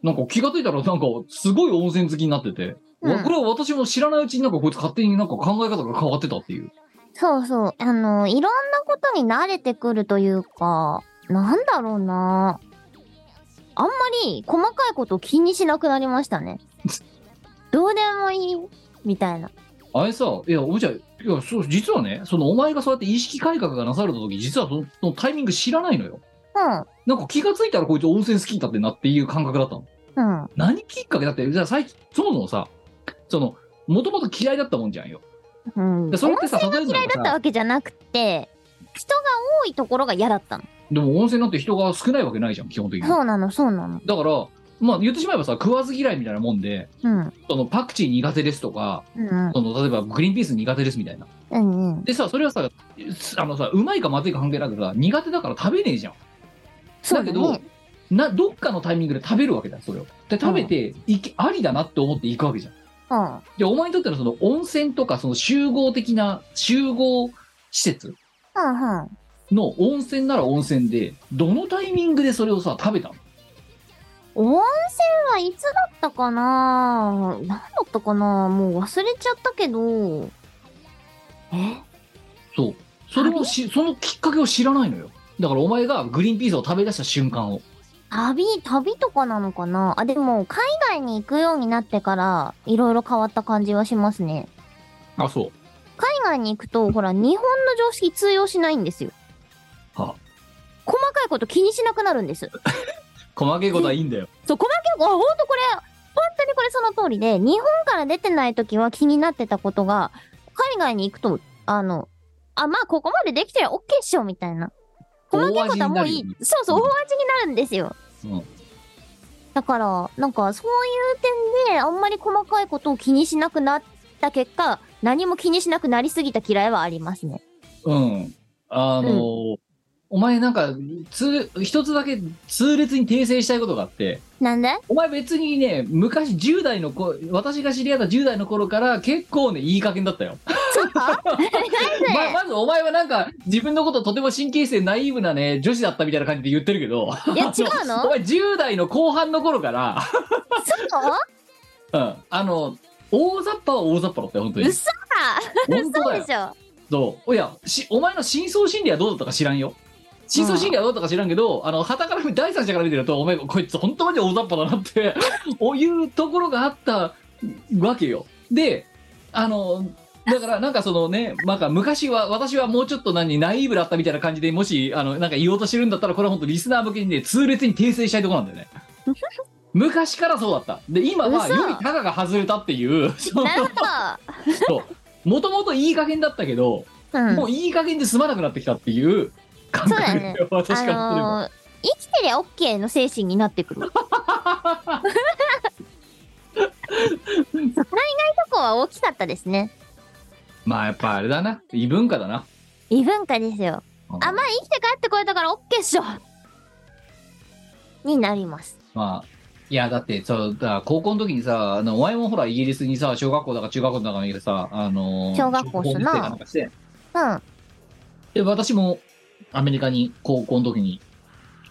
なんか気がついたら、なんか、すごい温泉好きになってて、うんわこれは私も知らないうちになんかこいつ勝手になんか考え方が変わってたっていう。そうそう。あの、いろんなことに慣れてくるというか、なんだろうな。あんまり細かいことを気にしなくなりましたね。どうでもいい、みたいな。あれさ、いや、おじゃん、いや、そう、実はね、そのお前がそうやって意識改革がなされた時、実はそのそのタイミング知らないのよ。なんか気がついたらこいつ温泉好きだってなっていう感覚だったの。うん、うん、何きっかけだって、じゃあ最近、そもそもさ、その、もともと嫌いだったもんじゃんよ。うん。でそれってさ、例えば嫌いだったさわけじゃなくて、人が多いところが嫌だったの。でも温泉なんて人が少ないわけないじゃん、基本的に。そうなの、そうなの。だから、まあ言ってしまえばさ、食わず嫌いみたいなもんで、うん。そのパクチー苦手ですとか、うんその例えばグリーンピース苦手ですみたいな。うん。うん。でさ、それはさ、あのさ、うまいかまずいか関係なくさ、苦手だから食べねえじゃん。そうだけどね。、な、どっかのタイミングで食べるわけだよ、それを。で、食べて、いきありだなって思って行くわけじゃん。うん。で、お前にとってのその温泉とか、その集合的な、集合施設うんうん。の温泉なら温泉で、どのタイミングでそれをさ、食べたの温泉はいつだったかな何だったかなもう忘れちゃったけど。えそう。それもし、そのきっかけを知らないのよ。だからお前がグリーンピースを食べ出した瞬間を。旅、旅とかなのかなあ、でも、海外に行くようになってから、いろいろ変わった感じはしますね。あ、そう。海外に行くと、ほら、日本の常識通用しないんですよ。は細かいこと気にしなくなるんです。細けいことはいいんだよ。そう、細かいこと、あ、ほんとこれ、本当にこれその通りで、日本から出てない時は気になってたことが、海外に行くと、あの、あ、まあ、ここまでできてりゃ OK っしょ、みたいな。細かいことはもうい大味になるよねい。そうそう、大味になるんですよ。うんだから、なんか、そういう点で、あんまり細かいことを気にしなくなった結果、何も気にしなくなりすぎた嫌いはありますね。うん。あのーお前なんか、つ、一つだけ痛烈に訂正したいことがあって、なんでお前別にね、昔10代の子、私が知り合った10代の頃から結構ね、いい加減だったよ。そうかなんでま、まずお前はなんか、自分のこととても神経質でナイーブなね、女子だったみたいな感じで言ってるけど、いや、違うおの前10代の後半の頃から、そううん、あの、大雑把は大雑把だったよ、本当に。嘘だ本当嘘だよで。しょそう。いや、し、お前の真相心理はどうだったか知らんよ。真相心理はどうだったか知らんけど、あの、旗から見、第三者から見てると、お前、こいつ本当 まで大雑把だなって、おいうところがあったわけよ。で、あのだからなんかそのね、なんか昔は私はもうちょっと何ナイーブだったみたいな感じでもしあのなんか言おうとしてるんだったらこれは本当リスナー向けにね痛烈に訂正したいところなんだ よね昔からそうだったで今は嘘よりタガが外れたっていうそなるほもともといい加減だったけど、ど。うんも。ういい加減で済まなくなってきたっていう感そうだ覚よで、ね私からすれば、あのー生きてりゃ OK の精神になってくる。そ こらいないとこは大きかったですね。まあやっぱあれだな異文化だな異文化ですよ。あ、まあ生きて帰ってこれたから OK っしょになります。まあ、いや、だって、そう、だから高校の時にさ、あの、お前もほら、イギリスにさ、小学校だか中学校だかにいるさ、あのー小学校っすな小学校生かんかしてうん。で、私も、アメリカに、高校の時に、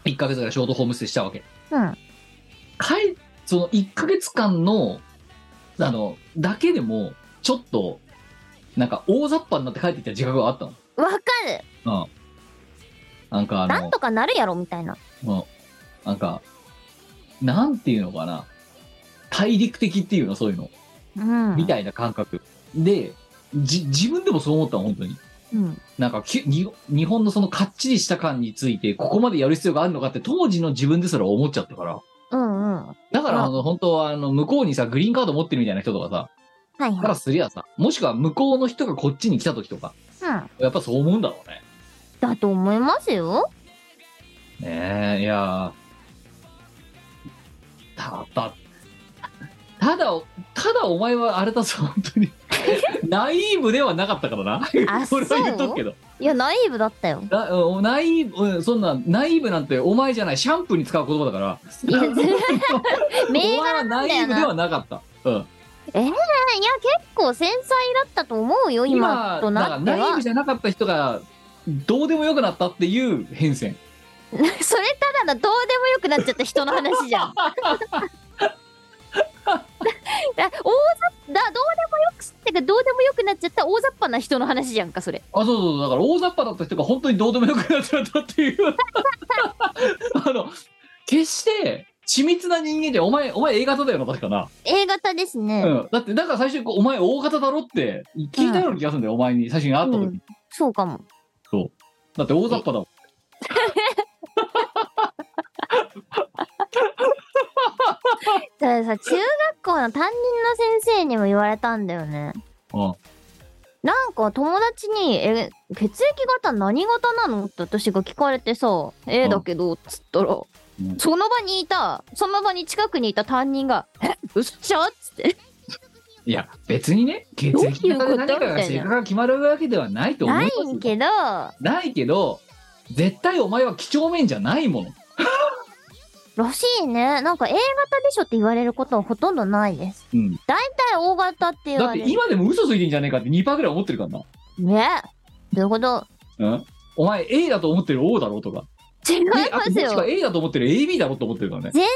1ヶ月ぐらいショートホームステイしたわけ。うん。帰、その1ヶ月間の、あの、だけでも、ちょっと、なんか、大雑把になって帰ってきた自覚があったの。わかるうん。なんか、あの、なんとかなるやろみたいな。もう、なんか、なんていうのかな。大陸的っていうの、そういうの。うん。みたいな感覚。で、じ、自分でもそう思ったの、本当に。うん。なんかきに、日本のそのかっちりした感について、ここまでやる必要があるのかって、当時の自分ですら思っちゃったから。うんうん。はだから、ああの、本当は、あの、向こうにさ、グリーンカード持ってるみたいな人とかさ、いからはすりゃさ、もしくは向こうの人がこっちに来た時とか、い。うん。やっぱそう思うんだろうね。だと思いますよ。ねえ、いやーた だ、ただ、ただお前はあれだぞ、本 当に。ナイーブではなかったからな。 あこれは言っそとうくけど。いや、ナイーブだったよ。なうんナイーブうんそんなナイーブなんてお前じゃないシャンプーに使う言葉だからいや、ず お銘前柄はナイーブではなかった、うん、いや、結構繊細だったと思うよ、今とだなからってナイーはブ。じゃなかった人がどうでもよくなったっていう変遷 それただのどうでもよくなっちゃった人の話じゃ ん。だ大雑だどうでもよくってかどうでもよくなっちゃった大雑把な人の話じゃんかそれあそうそうそうだから大雑把だった人が本当にどうでもよくなっちゃったっていう あの決して緻密な人間じゃお前お前 A 型だよな確かな、 A 型ですね、うん、だってだから最初にこうお前 O 型だろって聞いたような気がするんだよ、お前に最初に会った時、うんそうかもだって大雑把だもんたださ中学校の担任の先生にも言われたんだよねうんなんか友達に「え血液型何型なの?」って私が聞かれてさ「A だけど」っつったら、んその場にいたその場に近くにいた担任が「え嘘っしょ?」っつっていや別にね血どういう液型でこと何かがみたいな性格が決まるわけではないと思いなまいすんけどらないけど絶対お前は几帳面じゃないものしいねなんか A 型でしょって言われることはほとんどないですうん大体 O 型って言だわっれてる今でも嘘ついてんじゃねえかって2パーぐらい思ってるからねどういうことな、うん、お前 A だと思ってる O だろうとか違いまであとすもしくはよ A だと思ってる AB だろうと思ってるからね全然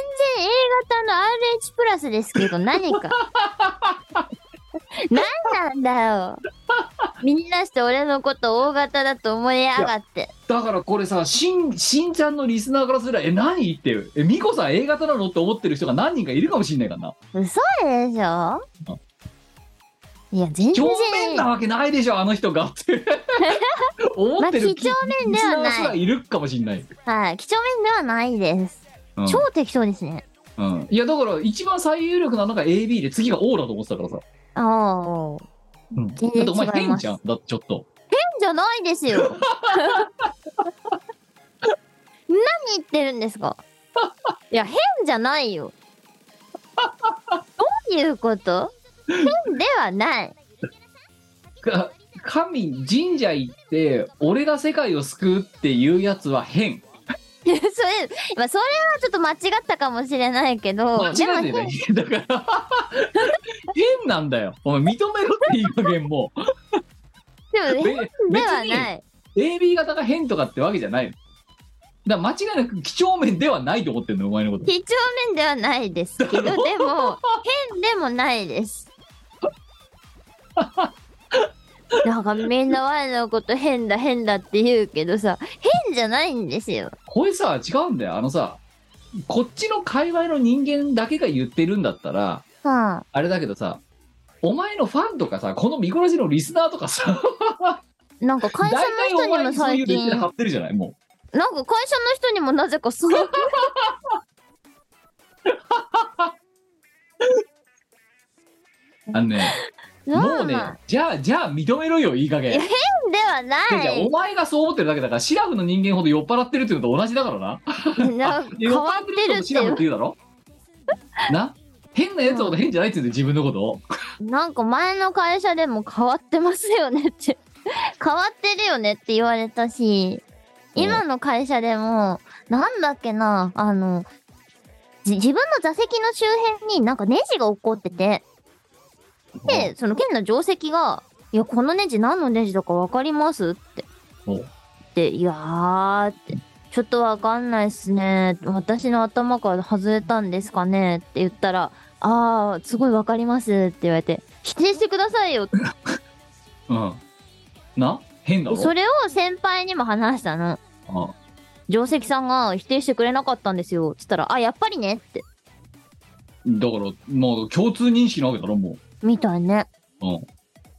A 型の RH プラスですけど何 か何なんだよみんなして俺のこと O 型だと思いやがってだからこれさしんしんちゃんのリスナーからすればえ何言ってるえ美子さん A 型なのって思ってる人が何人かいるかもしれないからな嘘でしょいや全然几帳面なわけないでしょあの人がって 思ってるまあ几帳面ではないリスナーすらいるかもしれないはい几帳面ではないです、うん超適当ですねうんいやだから一番最有力なのが AB で次が O だと思ってたからさ、ああうん、だ全って然お前違いま変すじゃんだってちょっとじゃないですよ。 何言ってるんですかいや、変じゃないよ。どういうこと変ではない。 か神神社行って俺が世界を救うっていうやつは変いやそれ、まあ、それはちょっと間違ったかもしれないけど、間違でもえて変ないだから 変なんだよお前認めろっていい加減 もうでもべ変で別はにない。 AB 型が変とかってわけじゃないのだから間違いなく几帳面ではないと思ってんのお前のこと几帳面ではないですけど、でも、変でもない です。なんかみんな我のこと変だ変だって言うけどさ、変じゃないんですよ。これさ違うんだよあのさこっちの界隈の人間だけが言ってるんだったらはあ、あれだけどさお前のファンとかさこのミコラジのリスナーとかさなんか会社の 大体人おに前もにそうい最うレッ近、なテル貼んかってるじゃないも会社の人にもなぜかそううあのねもうねなあじゃあじゃあ認めろよいい加減ではな。じゃあお前がそう思ってるだけだからシラフの人間ほど酔っ払ってるっていうのと同じだからないなんかで変酔っわ払っっててる人るもっシてラフいってう言うだろな変なやつほど変じゃないって言うんだよ自分のことをなんか前の会社でも変わってますよねって 変わってるよねって言われたし今の会社でもなんだっけなあのじ自分の座席の周辺になんかネジが起こっててでその県の定石が「いやこのネジ何のネジだか分かります?」っておで「いやー」って「ちょっと分かんないっすね私の頭から外れたんですかね」って言ったら「あーすごい分かります」って言われて「否定してくださいよ」ってうんな変だろそれを先輩にも話したのうん定石さんが否定してくれなかったんですよっつったら「あやっぱりね」ってだからもう共通認識なわけだろもみたいねう、うん、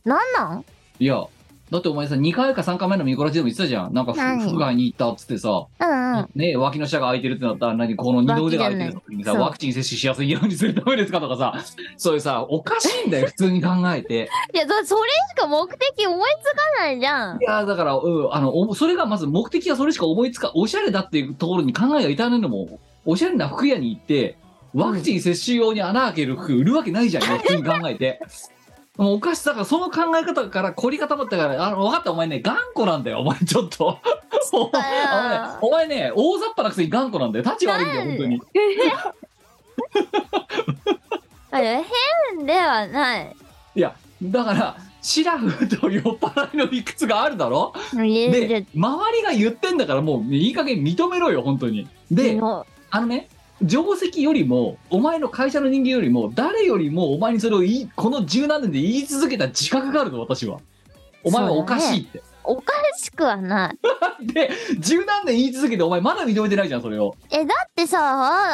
なんなんいやだってお前さ2回か3回前のミコラチでも言ってたじゃんなんかふはい腹外に行ったっつってさ、うんうんね脇の下が空いてるってなったら何この二の腕が空いてる時に脇じさゃないワクチン接種しやすいようにするためですかとかさそういうさおかしい んだよ普通に考えていやそそれしか目的思いつかないじゃんいやだから、うん、あのおそれがまず目的がそれしか思いつかおしゃれだっていうところに考えが至らないのもおしゃれな服屋に行ってワクチン接種用に穴開ける服売るわけないじゃん、普通に考えて。もうおかしさからその考え方から凝り固まったからあの分かったお前ね頑固なんだよお前ちょっ とおか前よねお前ね大雑把なくせに頑固なんだよ立ち悪いんだなよん本当にあいや変ではない。いやだからシラフと酔っ払いの理屈があるだろいやいやで周りが言ってんだからもういい加減認めろよ本当にでのあのね、定石よりも、お前の会社の人間よりも、誰よりもお前にそれを言い、この十何年で言い続けた自覚があるの、私は。お前はおかしいって。おかしくはない。で、十何年言い続けて、お前まだ認めてないじゃん、それを。え、だってさ、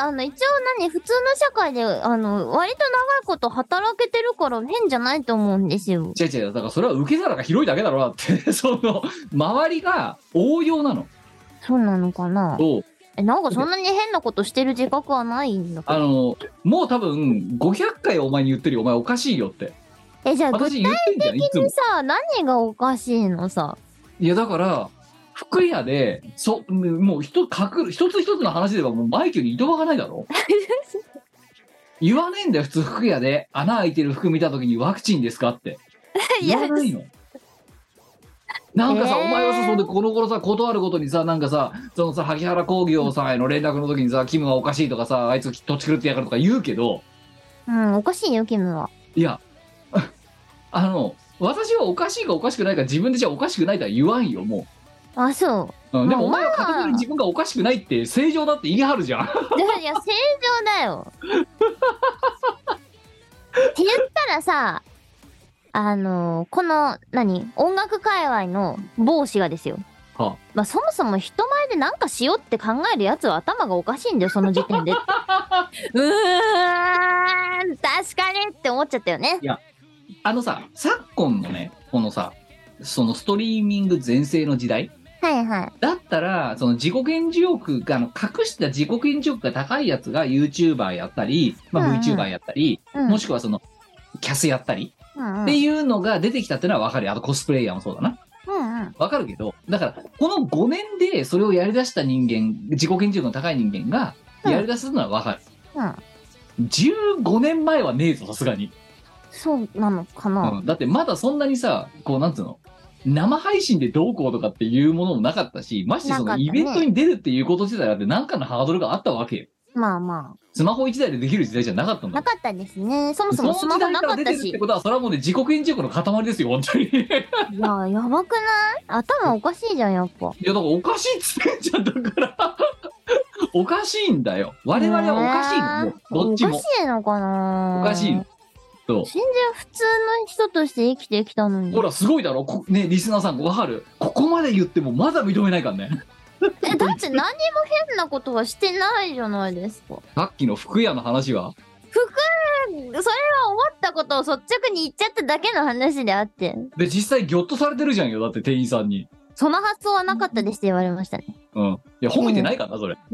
あの、一応何、普通の社会で、あの、割と長いこと働けてるから変じゃないと思うんですよ。違う違う、だからそれは受け皿が広いだけだろ、だって。 その、周りが応用なの。そうなのかなと、え、なんかそんなに変なことしてる自覚はないんだけあど。の、もう多分、500回お前に言ってるよ、お前おかしいよって。え、じゃあ具体私言ってんじゃん、いつ的もに。さ、何がおかしいのさ。いやだから服屋でそもう一隠一つ一つの話ではもうマイケルにいとまがない だろ言わねえんだよ普通服屋で穴開いてる服見た時にワクチンですかって いや言わな いのなんかさ、えーお前はさそんでこの頃さ断るごとにさなんかさそのさ萩原工業さんへの連絡の時にさキムはおかしいとかさあいつとっち狂ってやがるとか言うけどうん、おかしいよ、キムは。いや あの私はおかしいかおかしくないか自分でじゃあおかしくないとは言わんよもうあ、そうん、でもおまあ前は片手に自分がおかしくないって正常だって言い張るじゃん。う。いやいや、正常だよ。って言ったらさ、あのこの、何音楽界隈の帽子がですよ。はまあ、そもそも人前でなんかしようって考えるやつは頭がおかしいんだよ、その時点 で。うーん、確かにって思っちゃったよね。 あのさ昨今のねこのさそのストリーミング全盛の時代はいはい。だったらその自己顕示欲があの隠した自己顕示欲が高いやつが YouTuber やったり、まうんあ、うん VTuber やったり、うん、もしくはそのキャスやったりうんうっん、ていうのが出てきたってのは分かるよあとコスプレイヤーもそうだなうんうん。わかるけど、だから、この5年でそれをやり出した人間、自己顕示欲の高い人間が、うんやり出すのはわかる。15年前はねえぞ、さすがに、そうなのかうな。んだってまだそんなにさ、こう、なんつうの、生配信でどうこうとかっていうものもなかったし、ましてそなかったのねイベントに出るっていうこと自体だって何かのハードルがあったわけよ。まあまスマホ1台でできる時代じゃなかったんあ、なだもんかったですね。そもそそのもスマ時ホ代なかからっ出たてるっし。てことは、それはもうね、自己顕示欲の塊ですよ、本 当に。いいや、やばくない頭おかしいじゃん、やっぱ。や、だからおかしいっつってんじゃん、だから。おかしいんだよ。我々はおかしいねの、もえうどっちおもか。しいのかなおかしいの。そ全う然普通の人として生きてきたのに。ほらすごいだろこねリスナーさんわかるここまで言ってもまだ認めないからねえ、だって何も変なことはしてないじゃないですか。さっきの服屋の話は服、それは思ったことを率直に言っちゃっただけの話であって、で、実際ギョッとされてるじゃんよ。だって店員さんに。その発想はなかったですって言われましたね。うん。いや、褒めてないからな、それ。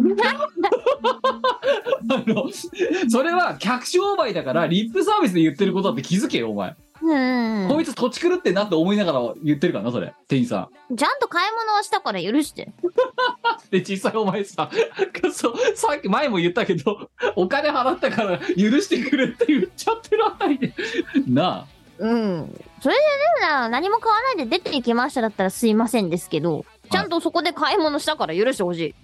あの、それは客商売だから、リップサービスで言ってることだって気づけよ、お前。うんこいつ土地狂ってんなって思いながら言ってるからな、それ。店員さん。ちゃんと買い物はしたから許して。で実際お前さ そうさっき前も言ったけどお金払ったから許してくれって言っちゃってるあたりでなあうん。それでね、な何も買わないで出て行きましただったらすいませんですけど、ちゃんとそこで買い物したから許してほしい。っ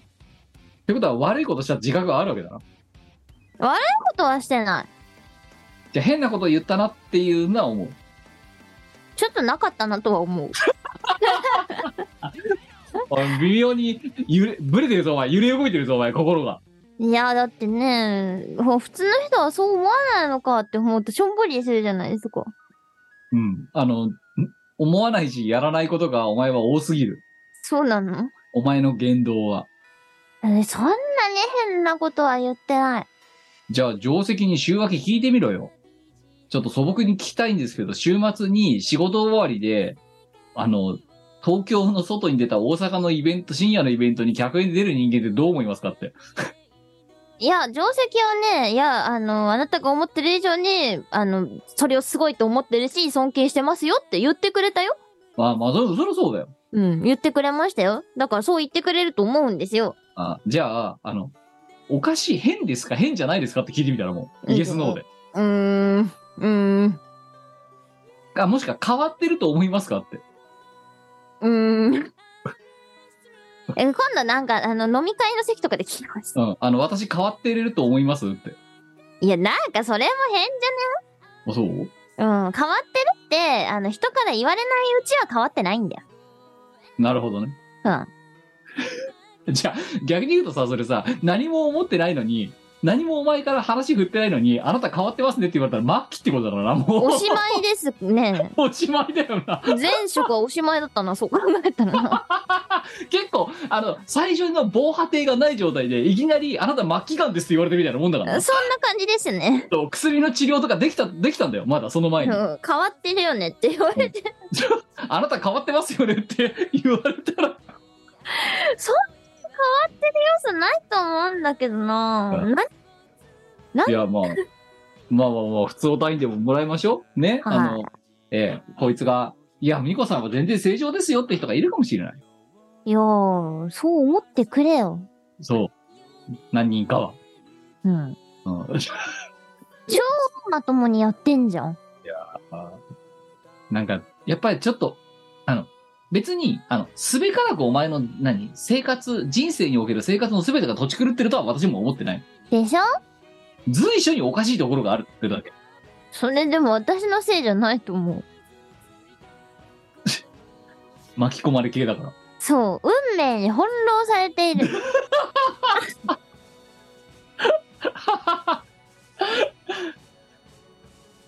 てことは悪いことした自覚があるわけだなそういうことはしてない。じゃあ変なこと言ったなっていうのは思うちょっとなかったなとは思う。あ微妙に揺れブレてるぞお前揺れ動いてるぞお前心がいや、だってね、ほ普通の人はそう思わないのかって思うとしょんぼりするじゃないですか。うんあのん思わないしやらないことがお前は多すぎるそうなのお前の言動はえそんなに変なことは言ってない。じゃあ定石に週明け聞いてみろよ。ちょっと素朴に聞きたいんですけど、週末に仕事終わりで、あの、東京の外に出た大阪のイベント、深夜のイベントに客演で出る人間ってどう思いますかって。いや、定石はね、いや、あの、あなたが思ってる以上に、あの、それをすごいと思ってるし、尊敬してますよって言ってくれたよ。まあまあ、そそりゃそうだよ。うん、言ってくれましたよ。だからそう言ってくれると思うんですよ。あじゃあ、あの、おかしい、変ですか変じゃないですかって聞いてみたらもう、うんイエスノーで。うーん、うーん、あ、もしか変わってると思いますかって。うーん。え、今度なんか、あの、飲み会の席とかで聞きました。うん。あの、私変わってると思いますって。いや、なんかそれも変あ、そうじゃね。うん、変わってるって、あの、人から言われないうちは変わってないんだよ。なるほどね。うん。 じゃあ、逆に言うとさ、それさ、何も思ってないのに、何もお前から話振ってないのに、あなた変わってますねって言われたら末期ってことだからな、もう。おしまいですね。おしまいだよな。前職はおしまいだった な、そう考えたらな。結構、あの、最初の防波堤がない状態で、いきなり、あなた末期がんですって言われてみたいなもんだからな。そんな感じですね。そう薬の治療とかできた、できたんだよ、まだそのう前んに。変わってるよねって言われて、あなた変わってますよねって言われたら、要素ないと思うんだけどな。うんないや、まあ、まあまあまあ、普通お単位でももらいましょう。ね。はいあの、ええ、こいつが、いや、美子さんは全然正常ですよって人がいるかもしれない。いやー、そう思ってくれよ。そう。何人かは。うん。うん。 まともにやってんじゃん。なんか、やっぱりちょっと、あの、別に、あの、すべからくお前の、何、生活、人生における生活のすべてが土地狂ってるとは私も思ってない。でしょ随所におかしいところがあるってだけ。それでも私のせいじゃないと思う。巻き込まれ系だから。そう、運命に翻弄されている。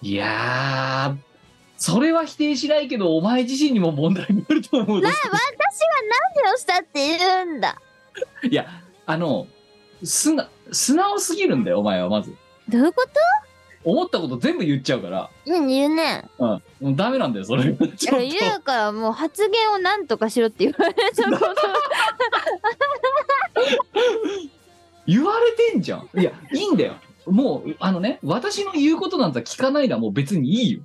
いやー、それは否定しないけど、お前自身にも問題があると思うです。何をしたって言うんだ。 いや、あの、すな、素直すぎるんだよ、お前は、まず。どういうこと思ったこと全部言っちゃうから。うん、言うね。うん。もうダメなんだよ、それ。ちょっと言うからもう発言を何とかしろって言われたこと。言われてんじゃん。いや、いいんだよ。もう、あのね、私の言うことなんざ聞かないのはもう別にいいよ。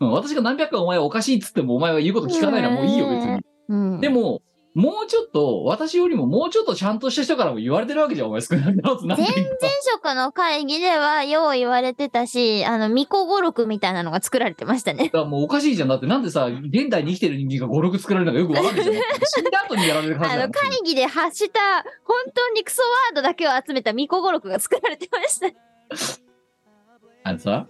うん、私が何百回お前はおかしいっつってもお前は言うこと聞かないのはもういいよ、別に。うん。でも、もうちょっと、私よりももうちょっとちゃんとした人からも言われてるわけじゃん、お前少なくなずなんて言うか前職の会議ではよう言われてたし、あの、巫女語録みたいなのが作られてましたね。だからもうおかしいじゃん。だってなんでさ、現代に生きてる人間が5、6作られるのかよくわかんないじゃん。死んだ後にやられる感あじだの、もん会議で発した、本当にクソワードだけを集めた巫女語録が作られてました。あのさ、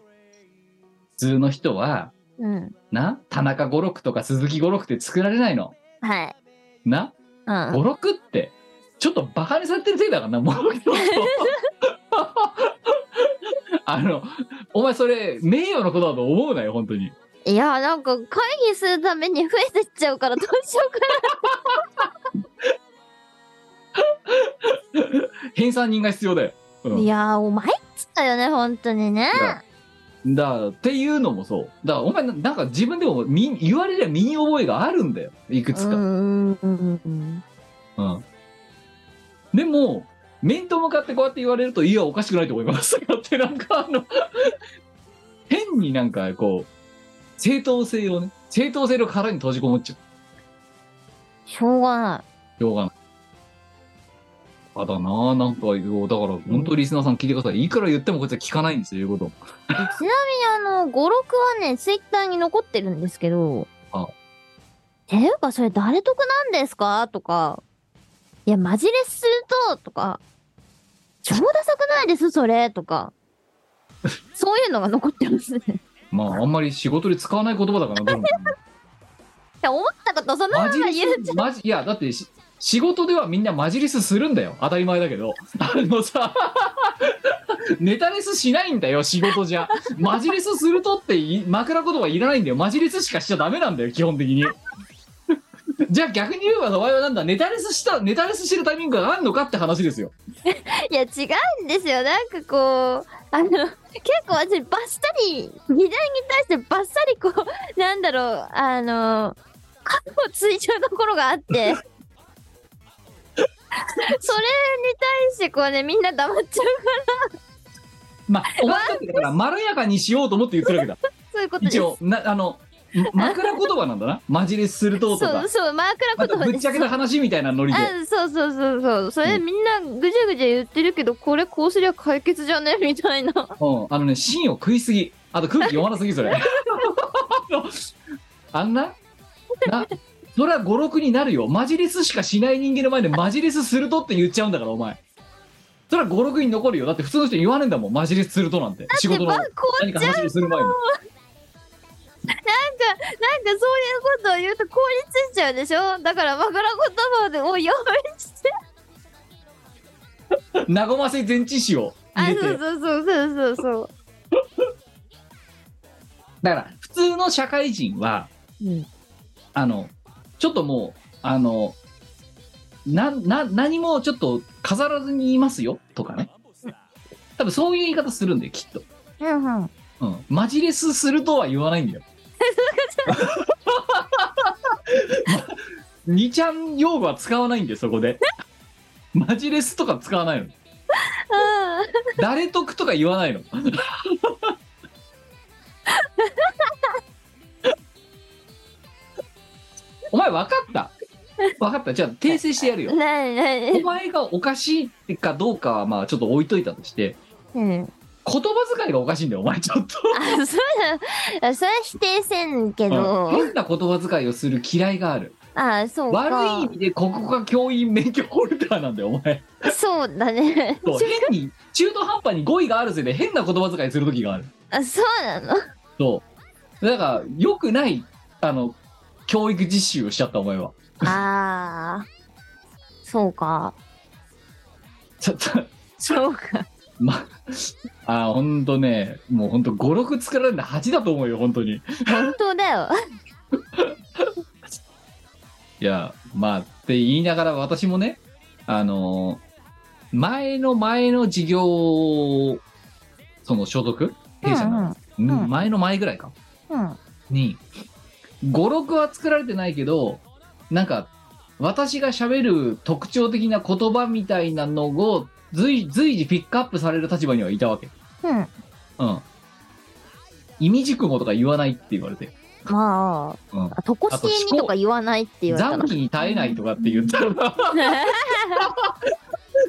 普通の人は、うん。な、田中五六とか鈴木五六って作られないの。はい。な、うん。五六って、ちょっとバカにされてるせいだからな、もう。 あの、お前それ、名誉のことだと思うなよ、本当に。いや、なんか会議するために増えてっちゃうからどうしようか編纂人が必要だよ。うな。んいやー、お前ってつだよね、本当にね。だからっていうのもそうだからお前ななんか自分でも身に言われりゃ身に覚えがあるんだよいくつうか、んうんうんうん。うんでも面と向かってこうやって言われるといやおかしくないと思いますとかってなんかあの変になんかこう正当性をね正当性の殻に閉じこもっちゃうしょうがない。しょうがないあだなぁなんかだから本当リスナーさん聞いてください、いくら言ってもこいつは聞かないんですよ言うことちなみにあの、5、6はね、ツイッターに残ってるんですけど。あていうか、それ誰得なんですかとか。いや、マジレスすると、とか。超ダサくないです、それ、とか。そういうのが残ってますね。まああんまり仕事で使わない言葉だからなどうもって思ったことそのまマまジレ言うスマジいやだってし仕事ではみんなマジレスするんだよ当たり前だけどあのさ ネタレスしないんだよ仕事じゃマジレスするとってい枕言葉いらないんだよマジレスしかしちゃダメなんだよ基本的にじゃあ逆に言えばお前はなんだネタレスしたネタレスしてるタイミングがあんのかって話ですよいや違うんですよなんかこうあの結構私バッサリ議題に対してバッサリこうなんだろうあの過去をついちゃうところがあって それに対してこうねみんな黙っちゃうまあお前だってだからまろやかにしようと思って言ってるわけだそういうことです一応なあの枕言葉なんだなマジレスするととそかうそうマーまクたラ言葉ぶでっすちゃけた話みたいなノリであそうそうそうそうそれみんなぐじゃぐじゃ言ってるけどこれこうすりゃ解決じゃねみたいなうん、あのね芯を食いすぎあと空気読まなすぎそれあのあんななそりゃ56になるよマジレスしかしない人間の前でマジレスするとって言っちゃうんだからお前そりゃ56に残るよだって普通の人言わねえんだもんマジレスするとなんて仕で事のまあこう何か話をする前になんかそういうことを言うと凍りついちゃうでしょだから枕言葉を用意して和ませ前置詞をあ入そうれてそうそうそうそうそうだから普通の社会人は、うんあのちょっともうあのなな何もちょっと飾らずに言いますよとかね多分そういう言い方するんだよきっと、うんうんうん、マジレスするとは言わないんだよ 2ちゃん用語は使わないんでそこでマジレスとか使わないの誰得とか言わな いのお前分かった分かったじゃあ訂正してやるよなになおに前がおかしいかどうかはまあちょっと置いといたとしてうん言葉遣いがおかしいんだよお前ちょっとあそうだそれは否定せんけど、変な言葉遣いをする嫌いがあるあそうか悪い意味でここが教員免許ホルダーなんだよお前そうだねそう変に中途半端に語彙があるせいで変な言葉遣いする時があるあそうなのそう。だから、良くない、あの、教育実習をしちゃった、お前は。あーそうかちょっと、そうかま、あ、ほんとね、もうほんと5、6作られるの8だと思うよ、本当に。本当だよいや、まあ、って言いながら私もね、あのー前の前の事業、その所得弊社の、んうんうん前の前ぐらいか。うんうんに、5、6は作られてないけど、なんか、私が喋る特徴的な言葉みたいなのを随随時ピックアップされる立場にはいたわけ。うんうん。意味熟語とか言わないって言われて。まあ、うんあとこしえにとか言わないって言われたら残機に耐えないとかって言った の。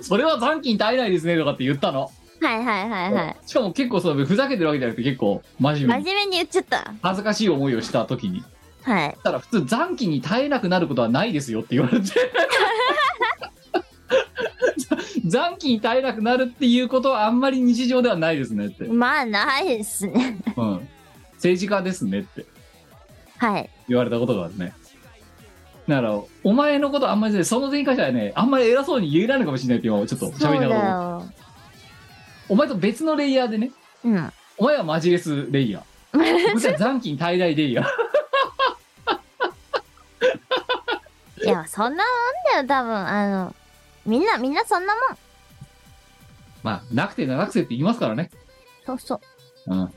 それは残機に耐えないですねとかって言ったの。はいはいはいはいしかも結構そのふざけてるわけじゃなくて結構真面目真に面目に言っちゃった恥ずかしい思いをした時に。はいたら普通残機に耐えなくなることはないですよって言われて 残機に耐えなくなるっていうことはあんまり日常ではないですねって、うん、まあないですね。 政治家ですねってはい。言われたことがあるねだからお前のことあんまりねその点に関してはねあんまり偉そうに言えないのかもしれないって今ちょっそと喋うりながだら思うよ。お前と別のレイヤーでねうん。お前はマジレスレイヤ ー僕は残機に耐えないレイヤーいや、そんなもんだよ、多分。あの、みんな、みんなそんなもん。まあ、なくてなくてって言いますからね。そうそう。うん。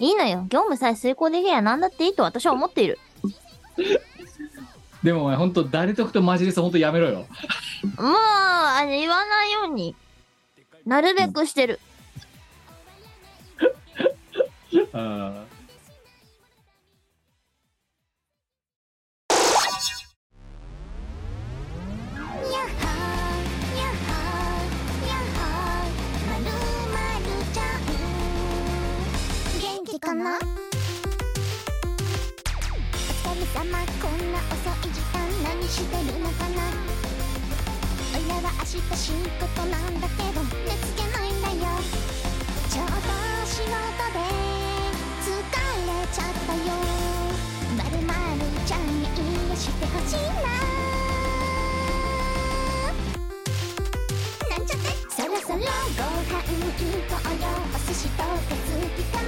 いいのよ。業務さえ遂行できれば何だっていいと私は思っている。でもお前、ほんと、誰得とマジレスほんとやめろよ。もう、あの、言わないように、なるべくしてる。うん元気かなお疲れ様こんな遅い時間何してるのかな俺は明日仕事なんだけど寝つけないんだよちょうど仕事で疲れちゃったよまるまるちゃんに癒してほしいななんちゃってそろそろご飯行こうよお寿司と手つきかな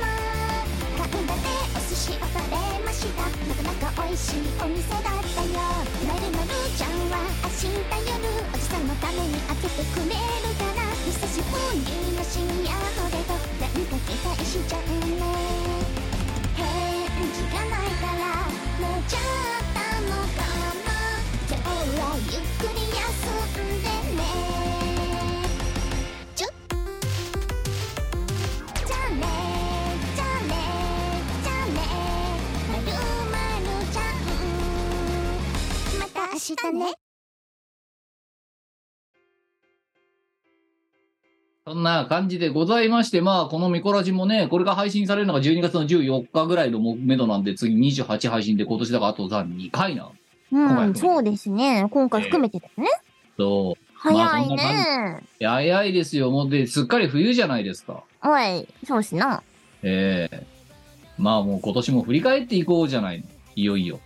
神田でお寿司を食べましたなかなか美味しいお店だったよまるまるちゃんは明日夜おじさんのために開けてくれるから久しぶりの深夜のデートなんか期待しちゃうね返事がないから寝ちゃったのかな今日はゆっくり休んでねちょじゃあねじゃあねじゃあねまるまるちゃんまた明日ねそんな感じでございまして、まあ、このミコラジもね、これが配信されるのが12月の14日ぐらいの目処なんで、次28配信で、今年だからあと残2回な。う怖いん、そうですね。今回含めてだよね。そう。早いまあそね。いや早いですよ。もうで、すっかり冬じゃないですか。おい、そうしな。ええまあもう今年も振り返っていこうじゃないの。いよいよ。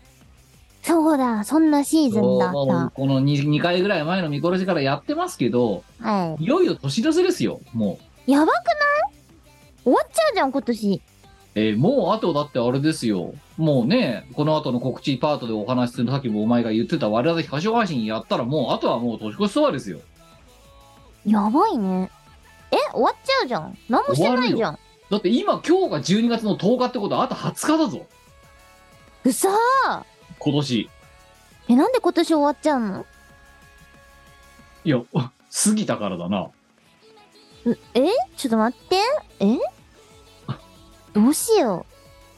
そうだ、そんなシーズンだっそうこの 2, 2回ぐらい前のミコラジからやってますけど、た。はいよいよ年年ですよ。もう。い。やばくない終わっちゃうじゃん、今年。えーもうあとだってあれですよ。もうね、この後の告知パートでお話しする、さっきもお前が言ってた我々歌唱配信やったらもう、あとはもう年越しそばですよ。やばいね。え、終わっちゃうじゃん。何もしてないじゃん。だって今今日が12月の10日ってことはあと20日だぞ。うそー今年。え、なんで今年終わっちゃうのいや、過ぎたからだな。うえちょっと待って。えどうしよ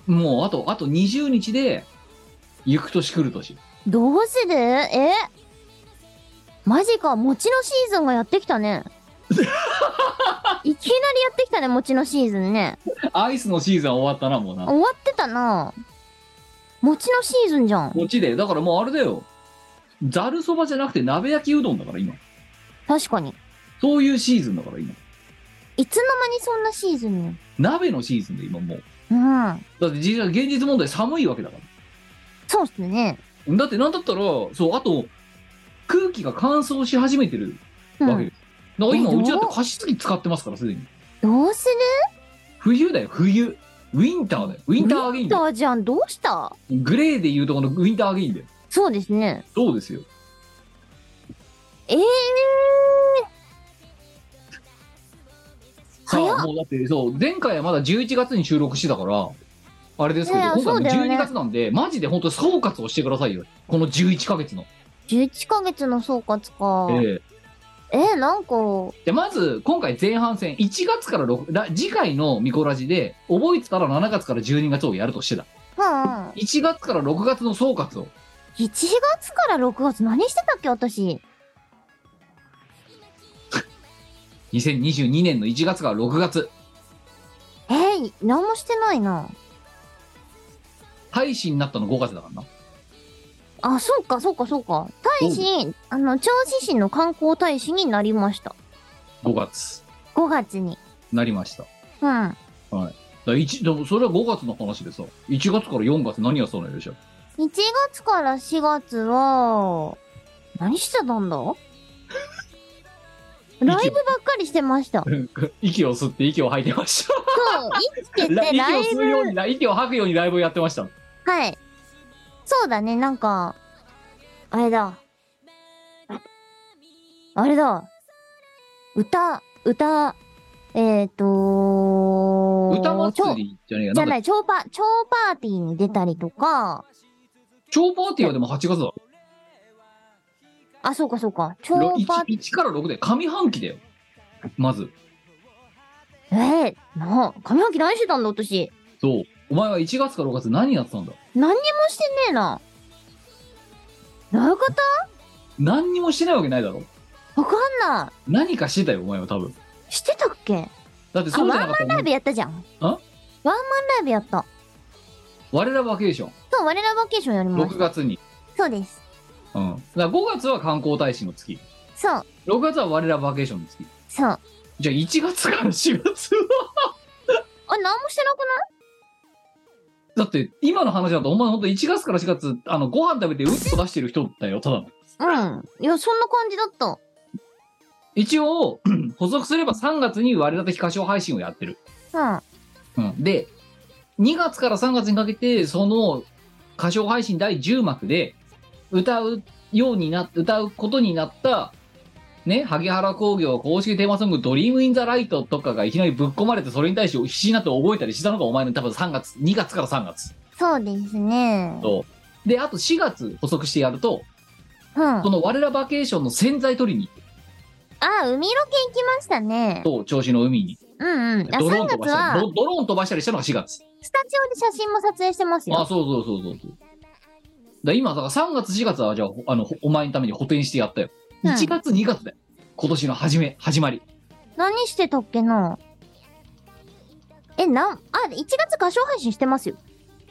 もうあと、あと20日で、行く年来る年。う。どうするえマジか、餅のシーズンがやってきたね。いきなりやってきたね、餅のシーズンね。アイスのシーズンは終わったな、もうな。終わってたな。餅のシーズンじゃん。こっちで、だからもうあれだよ。ざるそばじゃなくて鍋焼きうどんだから、今。確かに。そういうシーズンだから、今。いつの間にそんなシーズンに。鍋のシーズンで、今もう。うん。だって実は現実問題寒いわけだかそうっすね。ら。だってなんだったら、そう、あと、空気が乾燥し始めてるうわけんで。す。だから今、えどううちだって加湿器使ってますから、すでに。どうする冬だよ、冬。ウィンターだよ。ウィンターアゲインだウィよ。ンターじゃん。どうしたグレーでいうとこのウィンターアゲインだよ。そうですね。そうですよ。ええー。さ早っあ、もうだって、そう、前回はまだ11月に収録してたから、あれですけど、いや今回もそうだよね12月なんで、マジで本当総括をしてくださいよ。この11ヶ月の。 11ヶ月の総括か。えええーなんか、で、まず、今回前半戦、1月から6、だ次回のミコラジで、覚えてたら7月から12月をやるとしてた。うんうん。 1月から6月の総括を。 1月から6月何してたっけ私。 2022年の1月から6月、えー、何もしてないな。廃止になったの5月だからな。あ、そうか、そうか、そうか。大使、あの、銚子市の観光大使になりました。 5月、 5月に。なりました。だかうん。ら一でもそれは5月の話でさ、1月から4月何やそうなんでしょ う。 1月から4月は、何してた んだライブばっかりしてました。そう、息を吸って息を吐いてました。 生きてて息をライ吸うようブ。にな、息を吐くようにライブをやってました。はい。そうだね、なんか、あれだ。あれだ。歌、歌、えっ、と歌祭超りじゃねえやじなゃんかない、超パ、超パーティーに出たりとか、超パーティーはでも8月だろあ、そうかそうか、超ろパー 1, ティー、 1から6で上半期だよまずえー、な、髪の毛何してたんだ、私。そうお前は1月か6月何やってたんだ何にもしてねえな。どういうこ何にもしてないわけないだろとわかんな何かしてたよお前は多分い。してたっけだっあ、てそうじゃワなンかマったンらライブやったじゃん。あワンマンライブやった。我らバケーションそう、我らバケーションやりま6した。月にそうです。うんだから5月は観光大使の月そう、 6月は我らバケーションの月そう。あ、じゃあ1月から4月は 何もしてなくないだって今の話だとお前ほんと1月から4月あのご飯食べてうんこ出してる人だよただのうん。いや、そんな感じだった。一応 補足すれば3月に我ら的歌唱配信をやってる、うん。うん、で2月から3月にかけてその歌唱配信第10幕で歌うようにな歌うことになったね萩原工業公式テーマソング「ドリームインザライトとかがいきなりぶっ込まれてそれに対して必死になって覚えたりしたのがお前の多分3月2月から3月そうですね。とであと4月補足してやるとうん。この我らバケーションの洗剤取りに行ってあ、海ロケ行きましたね。そう調子の海にうんうん。あ、ドロー3ン飛ば月したはりド、ドローン飛ばしたりしたのが4月スタジオで写真も撮影してますあ、よ。そうそうそうそうそう。だ今、だから3月、4月は、じゃあ、ほあの、ほお前のために補填してやったよ。うん1月、2月だよ。今年の始め、始まり。何してたっけなえ、なん、あ、1月歌唱配信してますよ。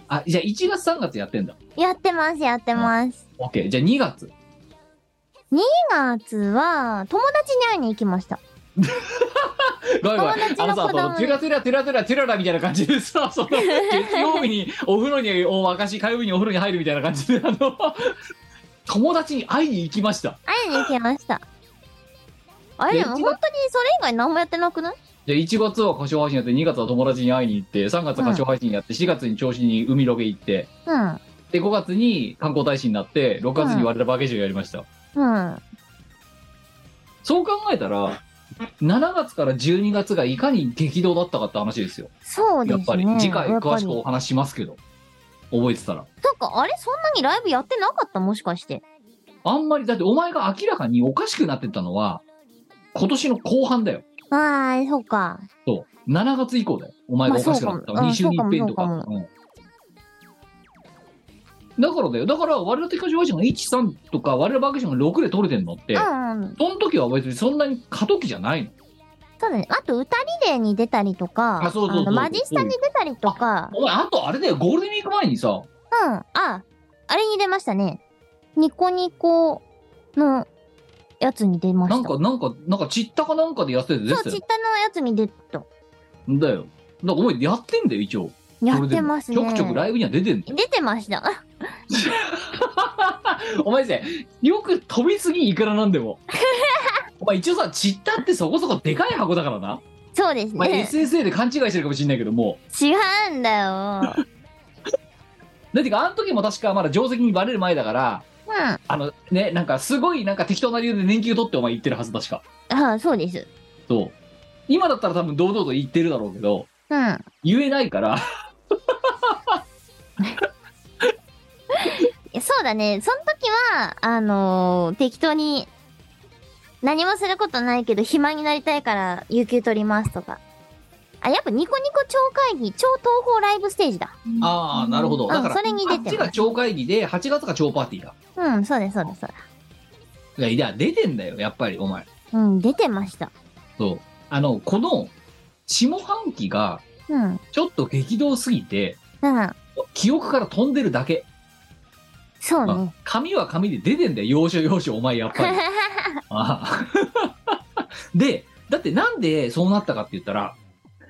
あ、じゃあ1月、3月やってんだ。やってます、やってます。 OK。じゃあ2月。 2月は、友達に会いに行きました。ごめんごめ友達ん。のあのさ、子そ供の、テュラテュラテュラテュラテュララみたいな感じでさ、 その、月曜日にお風呂にお沸かし、火曜日にお風呂に入るみたいな感じで、あの、友達に会いに行きました。会いに行きました。あでれ、でも一本月当にそれ以外何もやってなくないじゃあ1月は歌唱配信やって、2月は友達に会いに行って、3月は歌唱配信やって、4月に調子に海ロケ行って、うん。で5月に観光大使になって6月に我らバケージをやりました、うん。そう考えたら7月から12月がいかに激動だったかって話ですよそうですやね。っぱり、次回やっぱ詳りしくお話ししますけど覚えてたらなんか、あれ、そんなにライブやってなかったもしかして。あんまりだってお前が明らかにおかしくなってったのは今年の後半だよああ、そうか。そう7月以降だよお前がおかしくなったのまあ2週に一遍とかそうかうんだからだよだから我ら的歌唱配信が13とか我らバケーションが6で取れてんのって、うんうん。その時は別にそんなに過渡期じゃないのそうだね。あと、歌リレーに出たりとか、あそうそうのそうマジスタに出たりとか、お前、あとあれだよ、ゴールデンウィーク前にさ、うん。あ、あれに出ましたね。ニコニコのやつに出まなしんた。か、なんか、なんか、ちったかなんかでやってて出そう、てたちっよたのやつに出た。んだよ。だから、お前、やってんだよ、一応。やそっれでてもますね。ちょくちょくライブには出てんだよ。出てました。 お前さ、よく飛びすぎ、いくらなん でも。お前、一応さ、ちったってそこそこでかい箱だからな。そうですお前、ね。 SSA で勘違いしてるかもしれないけども。違うんだよ。だってか、あの時も確か、まだ定石にバレる前だから、うあの、ね、なんか、すごい、なんか適当な理由で年休取ってお前言ってるはず、確か。ん。あそうです。そう。今だったら多分堂々と言ってるだろうけど、うん。言えないから、いやそうだね。その時は、あのー適当に、何もすることないけど、暇になりたいから、有給取りますとか。あ、やっぱニコニコ超会議、超東方ライブステージだ。ああ、なるほど。だかうん、らそ、れにあ出ってちまがす。超会議で、8月が超パーティーだ。うん、そうです、そうです、そうでいや、いや出てんだよ、やっぱり、お前。す。うん、出てました。そう。あの、この、下半期が、うん。うん。ちょっと激動すぎて、記憶から飛んでるだけ。そうまあね。紙は紙で出てんだよ、要所要所、お前、やっぱり。ああで、だってなんでそうなったかって言ったら、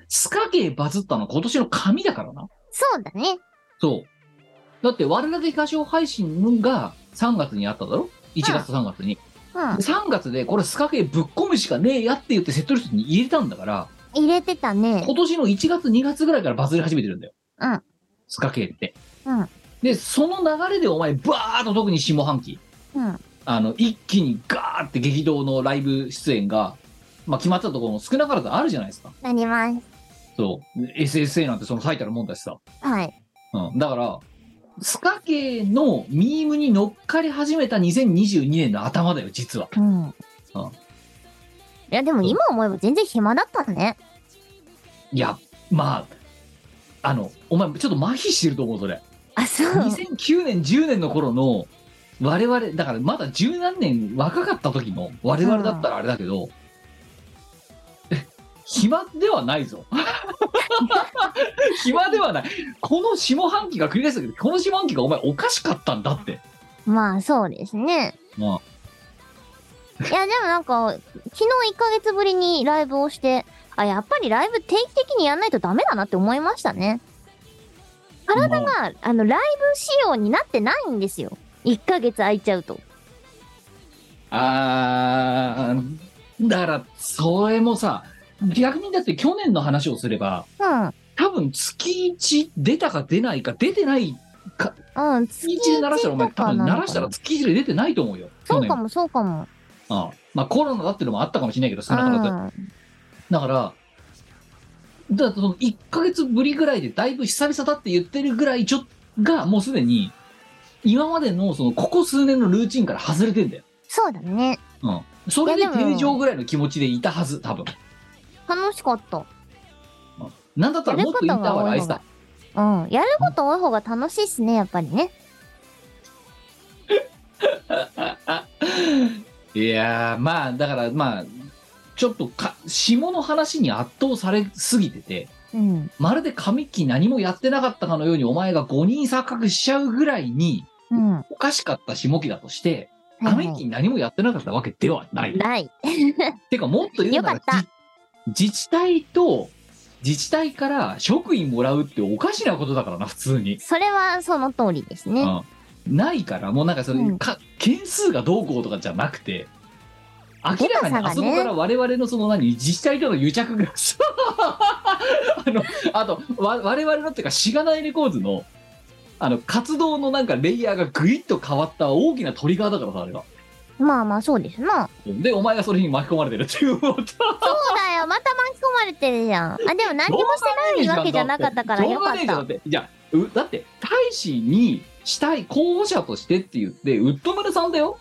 スカ系バズったの今年の紙だからな。 そうだね。そう。だって、我々的歌唱配信が3月にあっただろ ?1 月と3月に。うん。 3月でこれスカ系ぶっ込むしかねえやって言ってセットリストに入れたんだから入れてたね今。年の1月2月ぐらいからバズり始めてるんだよ、うん、スカ系って、うん、でその流れでお前バーッと特に下半期うん。あの一気にガーって激動のライブ出演がまあ、決まったところも少なからずあるじゃないですか。なります。そう。SSA なんてその最たるもんだしさ。はい。うん。だから、スカ系のミームに乗っかり始めた2022年の頭だよ、実は。うん。いや、でも今思えば全然暇だったね。いや、まあ、あの、お前、ちょっと麻痺してると思う、それ。あ、そう。 2009年、10年の頃の、我々、だからまだ十何年若かった時の我々だったらあれだけど、え暇ではないぞ。 暇ではない。この下半期が繰り返したけど、この下半期がお前おかしかったんだって。まあ、そうですね。まいや、でもなんか、昨日1ヶ月ぶりにライブをして、あ、やっぱりライブ定期的にやんないとダメだなって思いましたね。あ、体まあが、あの、ライブ仕様になってないんですよ。1ヶ月空いちゃうと。あーだから、それもさ、逆にだって去年の話をすれば、う多分月1出たか出ないか、出てない、ん。うん。月1で鳴らしたらお前月一と多か分なのかな鳴らしたら月1で出てないと思うよ。去そう年かも、そうかも。ああまあコロナだっていうのもあったかもしれないけど、う少なからず。ん。だから、だからその1ヶ月ぶりぐらいでだいぶ久々だって言ってるぐらいちょが、もうすでに、今までのそのここ数年のルーチンから外れてんだよ。そうだね。うん。それでいやでも定常ぐらいの気持ちでいたはず、多分。楽しかった。なんだったらもっとインターバルやアるイこスとがだ。うん。やること多い方が楽しいっすね、やっぱりね。いやー、まあ、だからまあ、ちょっとか、下の話に圧倒されすぎてて、うん。まるで神木何もやってなかったかのようにお前が5人錯覚しちゃうぐらいに、うん。おかしかった下期だとして、は画いはい面機に何もやってなかったわけではない。ない。てか、もっと言うならよかっじ自治体と、自治体から職員もらうっておかしなことだからな、普通に。それはその通りですね。うん、ないから、もうなんかそれ、うんか、件数がどうこうとかじゃなくて、明らかでかさがにねあそこから我々のその何、自治体との癒着が、そうあの、あと、わ我々のっていうか、しがないレコーズの、あの、活動のなんかレイヤーがぐいっと変わった大きなトリガーだからさ、あれが。まあまあそうですな。で、お前がそれに巻き込まれてるっていうこと。そうだよ、また巻き込まれてるじゃん。あ、でも何にもしてないわけじゃなかったからよかっしょうがた。ねえじゃんだっていやうだって、大使にしたい候補者としてって言って、ウッドメルさんだよ。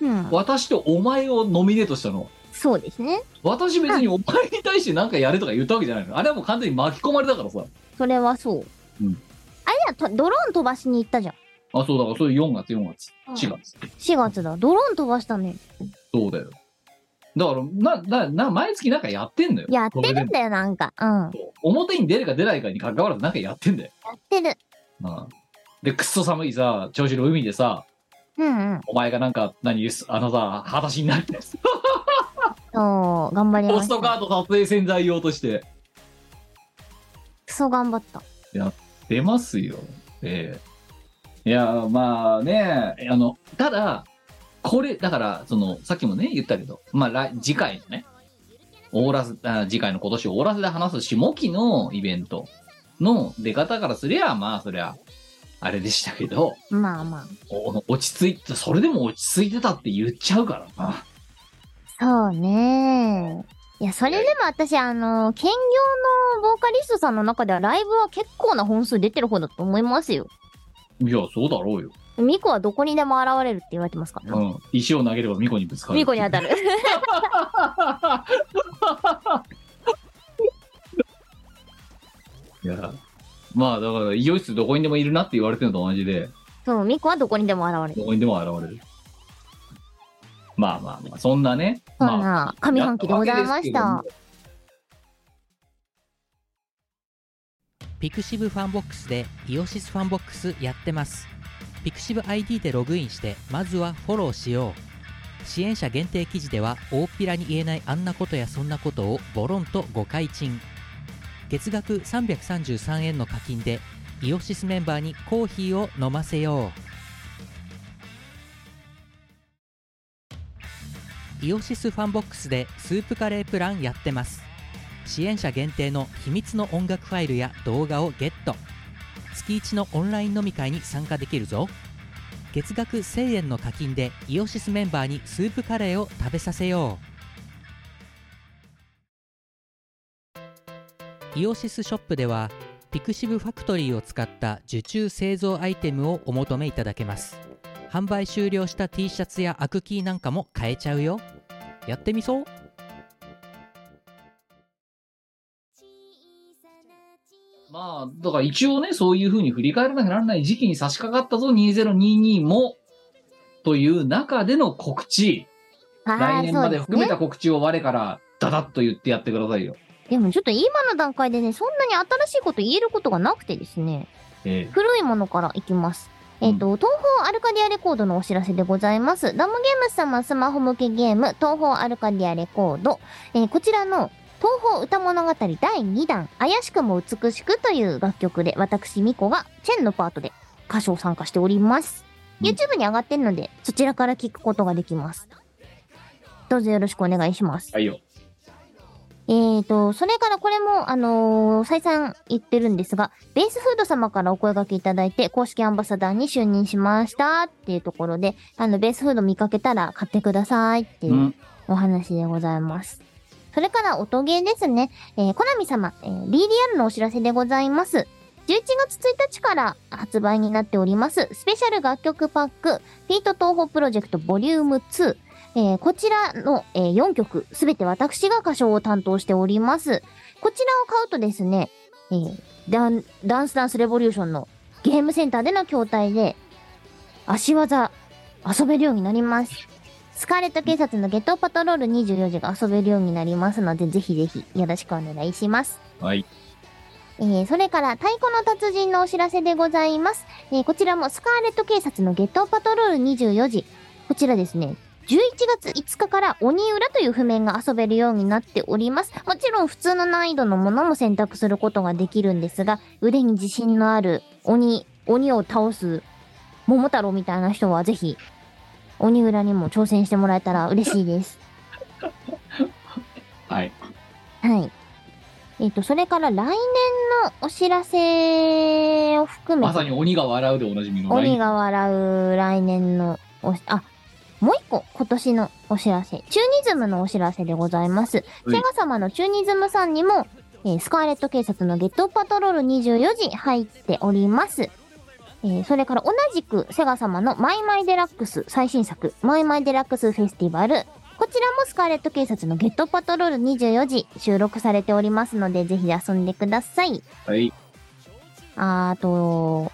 うん。私とお前をノミネートしたの。そうですね。私別にお前に対して何かやれとか言ったわけじゃないの。あれはもう完全に巻き込まれたからさ。それはそう。うんあれだと、ドローン飛ばしに行ったじゃん。あ、そうだから、それ4月、4月、うん4月。 4月だ。ドローン飛ばしたね。そうだよ。だから、な、な、な、毎月なんかやってんのよ。やってるんそだよ、なんか。うん。やれで表に出るか出ないかに関わらずなんかやってんだよ。ってる。うん。で、くっそ寒いさ、調子の海でさ、うんうん。お前がなんか、何です、あのさ、裸足になって、そう、頑張りポまスしトた。カード撮影洗剤用として。クソ頑張った。出ますよ。ええいや、まあね、あの、ただ、これ、だから、その、さっきもね、言ったけど、まあ来、次回のね、オーラス、あ次回の今年オーラスで話す下期のイベントの出方からすりゃ、まあ、そりゃ、あれでしたけど、まあまあ。お落ち着いて、それでも落ち着いてたって言っちゃうからな。そうねいや、それでも私、あの、兼業のボーカリストさんの中ではライブは結構な本数出てる方だと思いますよ。いや、そうだろうよ。ミコはどこにでも現れるって言われてますからうね。ん。石を投げれば巫女にぶつかる。ミコに当 たる。いや、まあだから、医療室どこにでもいるなって言われてるのと同じで、そう、ミコはどこにでも現れる。どこにでも現れる。まあまあまあ、そんなね。そんまあ、な上半期でございました。ピクシブファンボックスでイオシスファンボックスやってますピクシブ ID でログインしてまずはフォローしよう支援者限定記事では大っぴらに言えないあんなことやそんなことをボロンと誤解賃月額333円の課金でイオシスメンバーにコーヒーを飲ませようイオシスファンボックスでスープカレープランやってます支援者限定の秘密の音楽ファイルや動画をゲット月1のオンライン飲み会に参加できるぞ月額1000円の課金でイオシスメンバーにスープカレーを食べさせようイオシスショップではピクシブファクトリーを使った受注製造アイテムをお求めいただけます販売終了した T シャツやアクキーなんかも買えちゃうよやってみそうまあ、だから一応ね、そういうふうに振り返らなくならない時期に差し掛かったぞ、2022も。という中での告知。来年まで含めねた告知を我から、ダダッと言ってやってくださいよ。でもちょっと今の段階でね、そんなに新しいこと言えることがなくてですね。え古いものからいきます。えっ、と、東方アルカディアレコードのお知らせでございます。ダムゲームズ様スマホ向けゲーム、東方アルカディアレコード。えーこちらの、東方歌物語第2弾、怪しくも美しくという楽曲で、私、ミコが、チェンのパートで歌唱参加しております。うん YouTube に上がってるので、そちらから聞くことができます。どうぞよろしくお願いしますえ。。はいよ。。えーと、それからこれも、あのー再三言ってるんですが、ベースフード様からお声掛けいただいて、公式アンバサダーに就任しましたっていうところで、あの、ベースフード見かけたら買ってくださいっていううんお話でございます。それから、音ゲーですね。えー、コナミ様、えー DDR のお知らせでございます。11月1日から発売になっております、スペシャル楽曲パック、フィート東宝プロジェクトボリューム2。えーこちらの、えー4曲、すべて私が歌唱を担当しております。こちらを買うとですね、えーダンダンスダンスレボリューションのゲームセンターでの筐体で、足技、遊べるようになります。スカーレット警察のゲットパトロール24時が遊べるようになりますので、ぜひぜひよろしくお願いします。はい。えーそれから、太鼓の達人のお知らせでございます。えーこちらもスカーレット警察のゲットパトロール24時。こちらですね、11月5日から鬼裏という譜面が遊べるようになっております。もちろん普通の難易度のものも選択することができるんですが、腕に自信のある鬼、鬼を倒す桃太郎みたいな人はぜひ、鬼裏にも挑戦してもらえたら嬉しいです。 はい。はい。えっ、と、それから来年のお知らせを含まめさに鬼が笑うでおなじみの鬼来が笑う来年のおし、あ、もう一個、今年のお知らせ。チューニズムのお知らせでございます。いセガ様のチューニズムさんにも、えースカーレット警察のゲットパトロール24時入っております。えーそれから同じくセガ様のマイマイデラックス最新作、マイマイデラックスフェスティバル。こちらもスカーレット警察のゲットパトロール24時収録されておりますので、ぜひ遊んでください。はい。あと、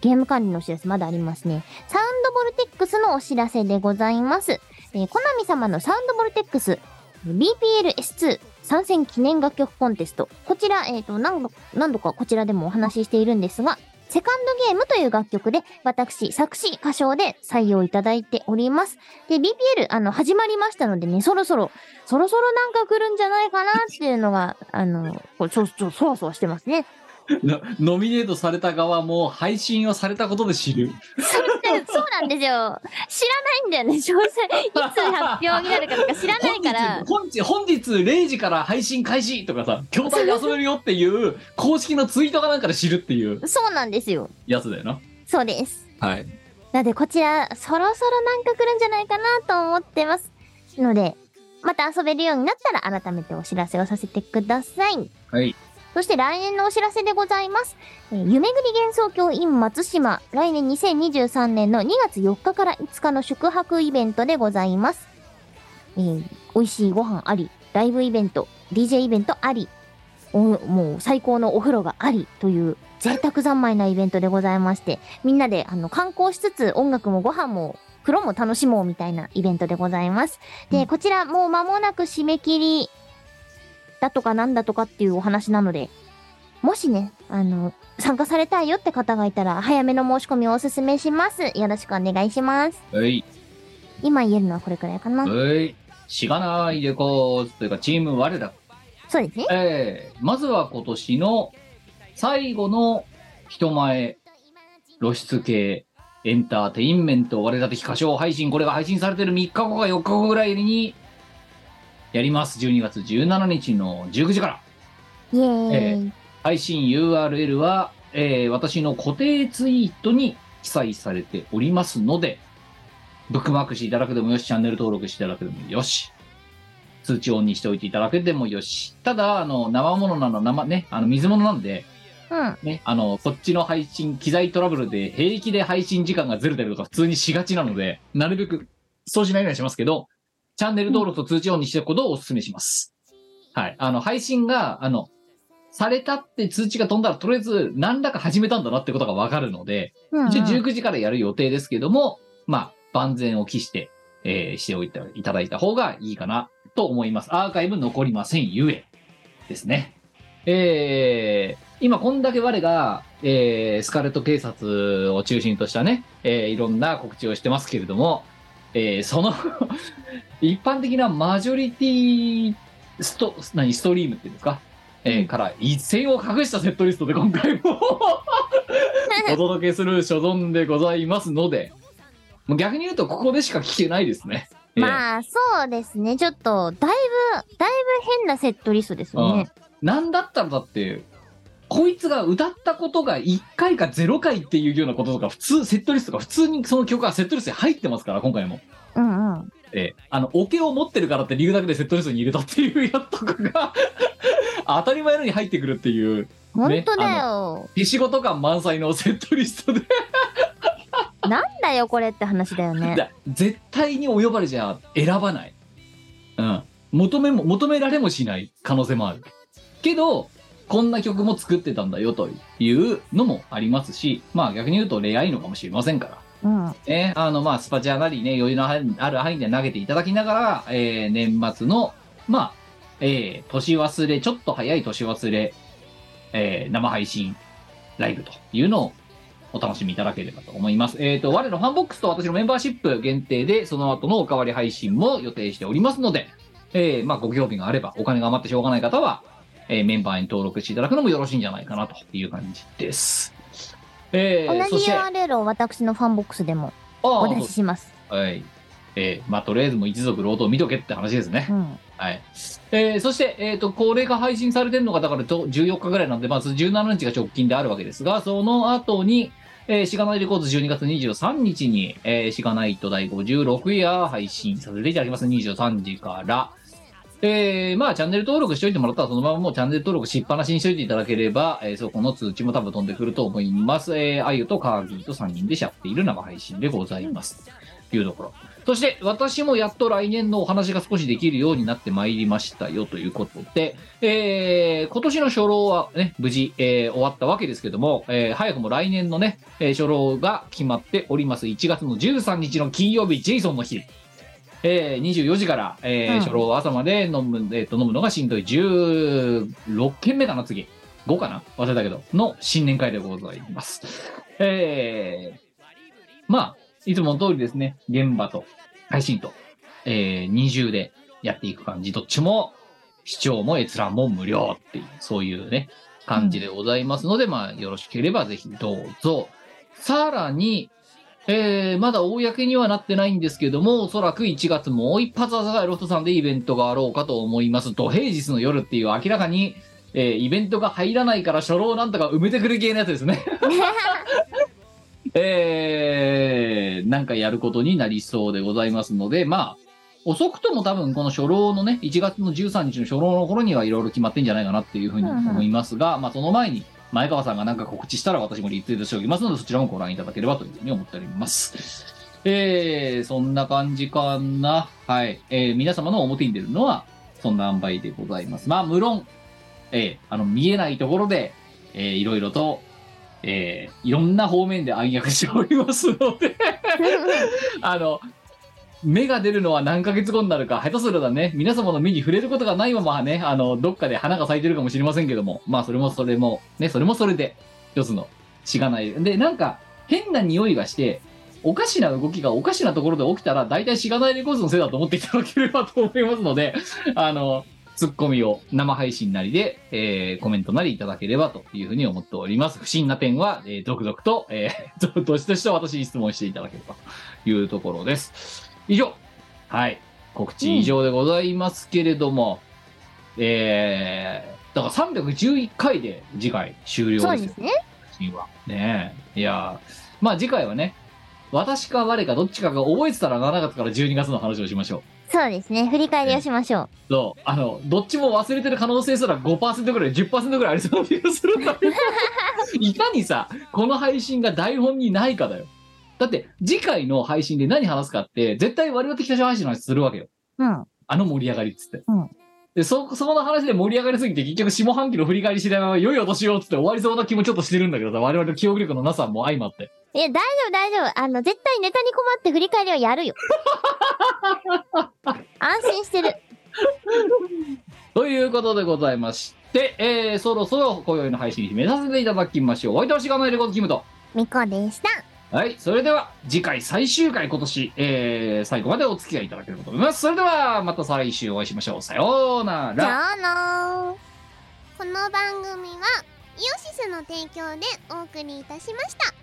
ゲーム管理のお知らせまだありますね。サウンドボルテックスのお知らせでございます。えーコナミ様のサウンドボルテックス BPLS2 参戦記念楽曲コンテスト。こちら、えっ、と何度、何度かこちらでもお話ししているんですが、セカンドゲームという楽曲で、私、作詞、歌唱で採用いただいております。で、BPL、あの、始まりましたのでね、そろそろ、そろそろなんか来るんじゃないかなっていうのが、あの、こうちょ、ちょ、そわそわしてますね。のノミネートされた側も配信をされたことで知る。そう そうなんですよ。知らないんだよね、詳細。いつ発表になるかとか知らないから。本日本日本日0時から配信開始とかさ筐体で遊べるよっていう公式のツイートかなんかで知るっていうそうなんですよ。やつだよなそうです。はいなので、こちら、そろそろなんか来るんじゃないかなと思ってます。ので、また遊べるようになったら改めてお知らせをさせてください。はいそして来年のお知らせでございます。えー夢ぐり幻想郷 in 松島、来年2023年の2月4日から5日の宿泊イベントでございます。えー美味しいご飯あり、ライブイベント、DJ イベントあり、おもう最高のお風呂がありという贅沢三昧なイベントでございまして、みんなであの観光しつつ音楽もご飯も風呂も楽しもうみたいなイベントでございます。で、こちらもう間もなく締め切りだとかなんだとかっていうお話なので、もしね、あの、参加されたいよって方がいたら、早めの申し込みをお勧めします。よろしくお願いします。はい今言えるのはこれくらいかな。はいしがないでこうというかチーム我らそうですね。えーまずは今年の最後の人前露出系エンターテインメント我立て非歌唱配信これが配信されてる3日後か4日後ぐらいにやります12月17日の19時からイエーイ。配信 URL は、えー私の固定ツイートに記載されておりますので、ブックマークしていただくでもよし、チャンネル登録していただくでもよし、通知オンにしておいていただけでもよし。ただ、あの、生ものなの、生、ね、あの、水物なんで、うん。ね、あの、こっちの配信、機材トラブルで平気で配信時間がずれたりとか普通にしがちなので、なるべくそうしないようにしますけど、チャンネル登録と通知オンにしておくことをお勧めします。はい。あの、配信が、あの、されたって通知が飛んだら、とりあえず何らか始めたんだなってことがわかるので、うん、うん。一応19時からやる予定ですけども、まあ、万全を期して、えーしておいていただいた方がいいかなと思います。アーカイブ残りませんゆえ、ですね。えー今こんだけ我が、えースカレット警察を中心としたね、えーいろんな告知をしてますけれども、えーその、 一般的なマジョリティスト、何、ストリームっていうんですか、えーから一線を隠したセットリストで今回もお届けする所存でございますので、もう逆に言うとここでしか聞けないですね。えー まあ、そうですね。ちょっと、だいぶ、だいぶ変なセットリストですよね。なんだったらだって、こいつが歌ったことが1回か0回っていうようなこととか、普通、セットリストとか、普通にその曲はセットリストに入ってますから、今回も。うんうん。ええ、あの、オケを持ってるからって理由だけでセットリストに入れたっていうやつとかが、 当たり前のように入ってくるっていう、ほんとだよ。手仕事感満載のセットリストで、なんだよ、これって話だよね。 だ絶対にお呼ばれじゃ選ばない。うん。求めも、求められもしない可能性もある。けど、こんな曲も作ってたんだよというのもありますし、まあ逆に言うと恋愛のかもしれませんから。うん。ね、あのまあスパチャなりね、余裕のある範囲で投げていただきながら、えー年末の、まあ、えー年忘れ、ちょっと早い年忘れ、えー生配信、ライブというのをお楽しみいただければと思います。えっ、と、我のファンボックスと私のメンバーシップ限定で、その後のおかわり配信も予定しておりますので、えーまあご興味があれば、お金が余ってしょうがない方は、えーメンバーに登録していただくのもよろしいんじゃないかなという感じです。えー、同そしじて URL を私のファンボックスでもあおー出しします。はい。えーまあ、とりあえずもう一族労働見とけって話ですねう。ん。はい。えーそして、えっ、と、これが配信されてるのが、だからと14日ぐらいなんで、まず17日が直近であるわけですが、その後に、えー、しがないレコード12月23日に、えー、しがないと第56夜配信させていただきます。23時から。えーまあ、チャンネル登録しておいてもらったら、そのままもうチャンネル登録しっぱなしにしておいていただければ、えーそこの通知も多分飛んでくると思います。えー、あゆとカーギーと3人でしゃっている生配信でございます。というところ。そして、私もやっと来年のお話が少しできるようになってまいりましたよということで、えー今年の初老はね、無事、えー終わったわけですけども、えー早くも来年のね、えー初老が決まっております。1月の13日の金曜日、ジェイソンの日。えー、24時から、えーうん初老は朝まで飲む、えーと、飲むのがしんどい16軒目かな、次。5かな忘れたけど、の新年会でございます。えー、まあ、いつもの通りですね、現場と配信と、えー、二重でやっていく感じ、どっちも視聴も閲覧も無料っていう、そういうね、感じでございますので、まあ、よろしければぜひどうぞ。さらに、えー、まだ公にはなってないんですけども、おそらく1月もう一発朝がロフトさんでイベントがあろうかと思います。土平日の夜っていう明らかに、えーイベントが入らないから初老をなんとか埋めてくる系のやつです ね。えー、なんかやることになりそうでございますので、まあ、遅くとも多分この初老のね、1月の13日の初老の頃にはいろいろ決まってんじゃないかなっていうふうに思いますが、まあその前に、前川さんがなんか告知したら私もリツイートしておきますので、そちらもご覧いただければというふうに思っております。えー、そんな感じかな。はい。えー、皆様の表に出るのは、そんな塩梅でございます。まあ、無論、えー、あの、見えないところで、えー、いろいろと、えー、いろんな方面で暗躍しておりますので、 あの、目が出るのは何ヶ月後になるか、下手するとね、皆様の目に触れることがないままね、あの、どっかで花が咲いてるかもしれませんけども、まあ、それもそれも、ね、それもそれで、一つの、しがない。で、なんか、変な匂いがして、おかしな動きがおかしなところで起きたら、大体しがないレコーズのせいだと思っていただければと思いますので、あの、ツッコミを生配信なりで、えーコメントなりいただければというふうに思っております。不審な点は、えー続々と、えー、どどしどしと私に質問していただければというところです。以上。はい。告知以上でございますけれども、えー、だから311回で次回終了です そようですね。配信は。ねえ。いやーまあ次回はね、私か我かどっちかが覚えてたら7月から12月の話をしましょそうですね。振り返りをしましょう。う。そう。あの、どっちも忘れてる可能性すら5%ぐらい、10%ぐらいありそうな気がするんだ けどいかにさ、この配信が台本にないかだよ。だって、次回の配信で何話すかって、絶対我々的他者配信の話するわけよ。うん。あの盛り上がりっつって。うんで、そ、そこの話で盛り上がりすぎて、結局下半期の振り返り次第は、良いお年をっつって終わりそうな気もちょっとしてるんだけどさ、我々の記憶力のなさも相まって。いや、大丈夫、大丈夫。あの、絶対ネタに困って振り返りはや るよ。安心してる。ということでございまして、えー、そろそろ今宵の配信目指せていただきましょう。お相手はしがないレコードキムと。みこでした。はい、それでは次回最終回今年、えー、最後までお付き合いいただければと思います。それではまた再来週お会いしましょう。さようなじら。ゃあなーこの番組は、イオシスの提供でお送りいたしました。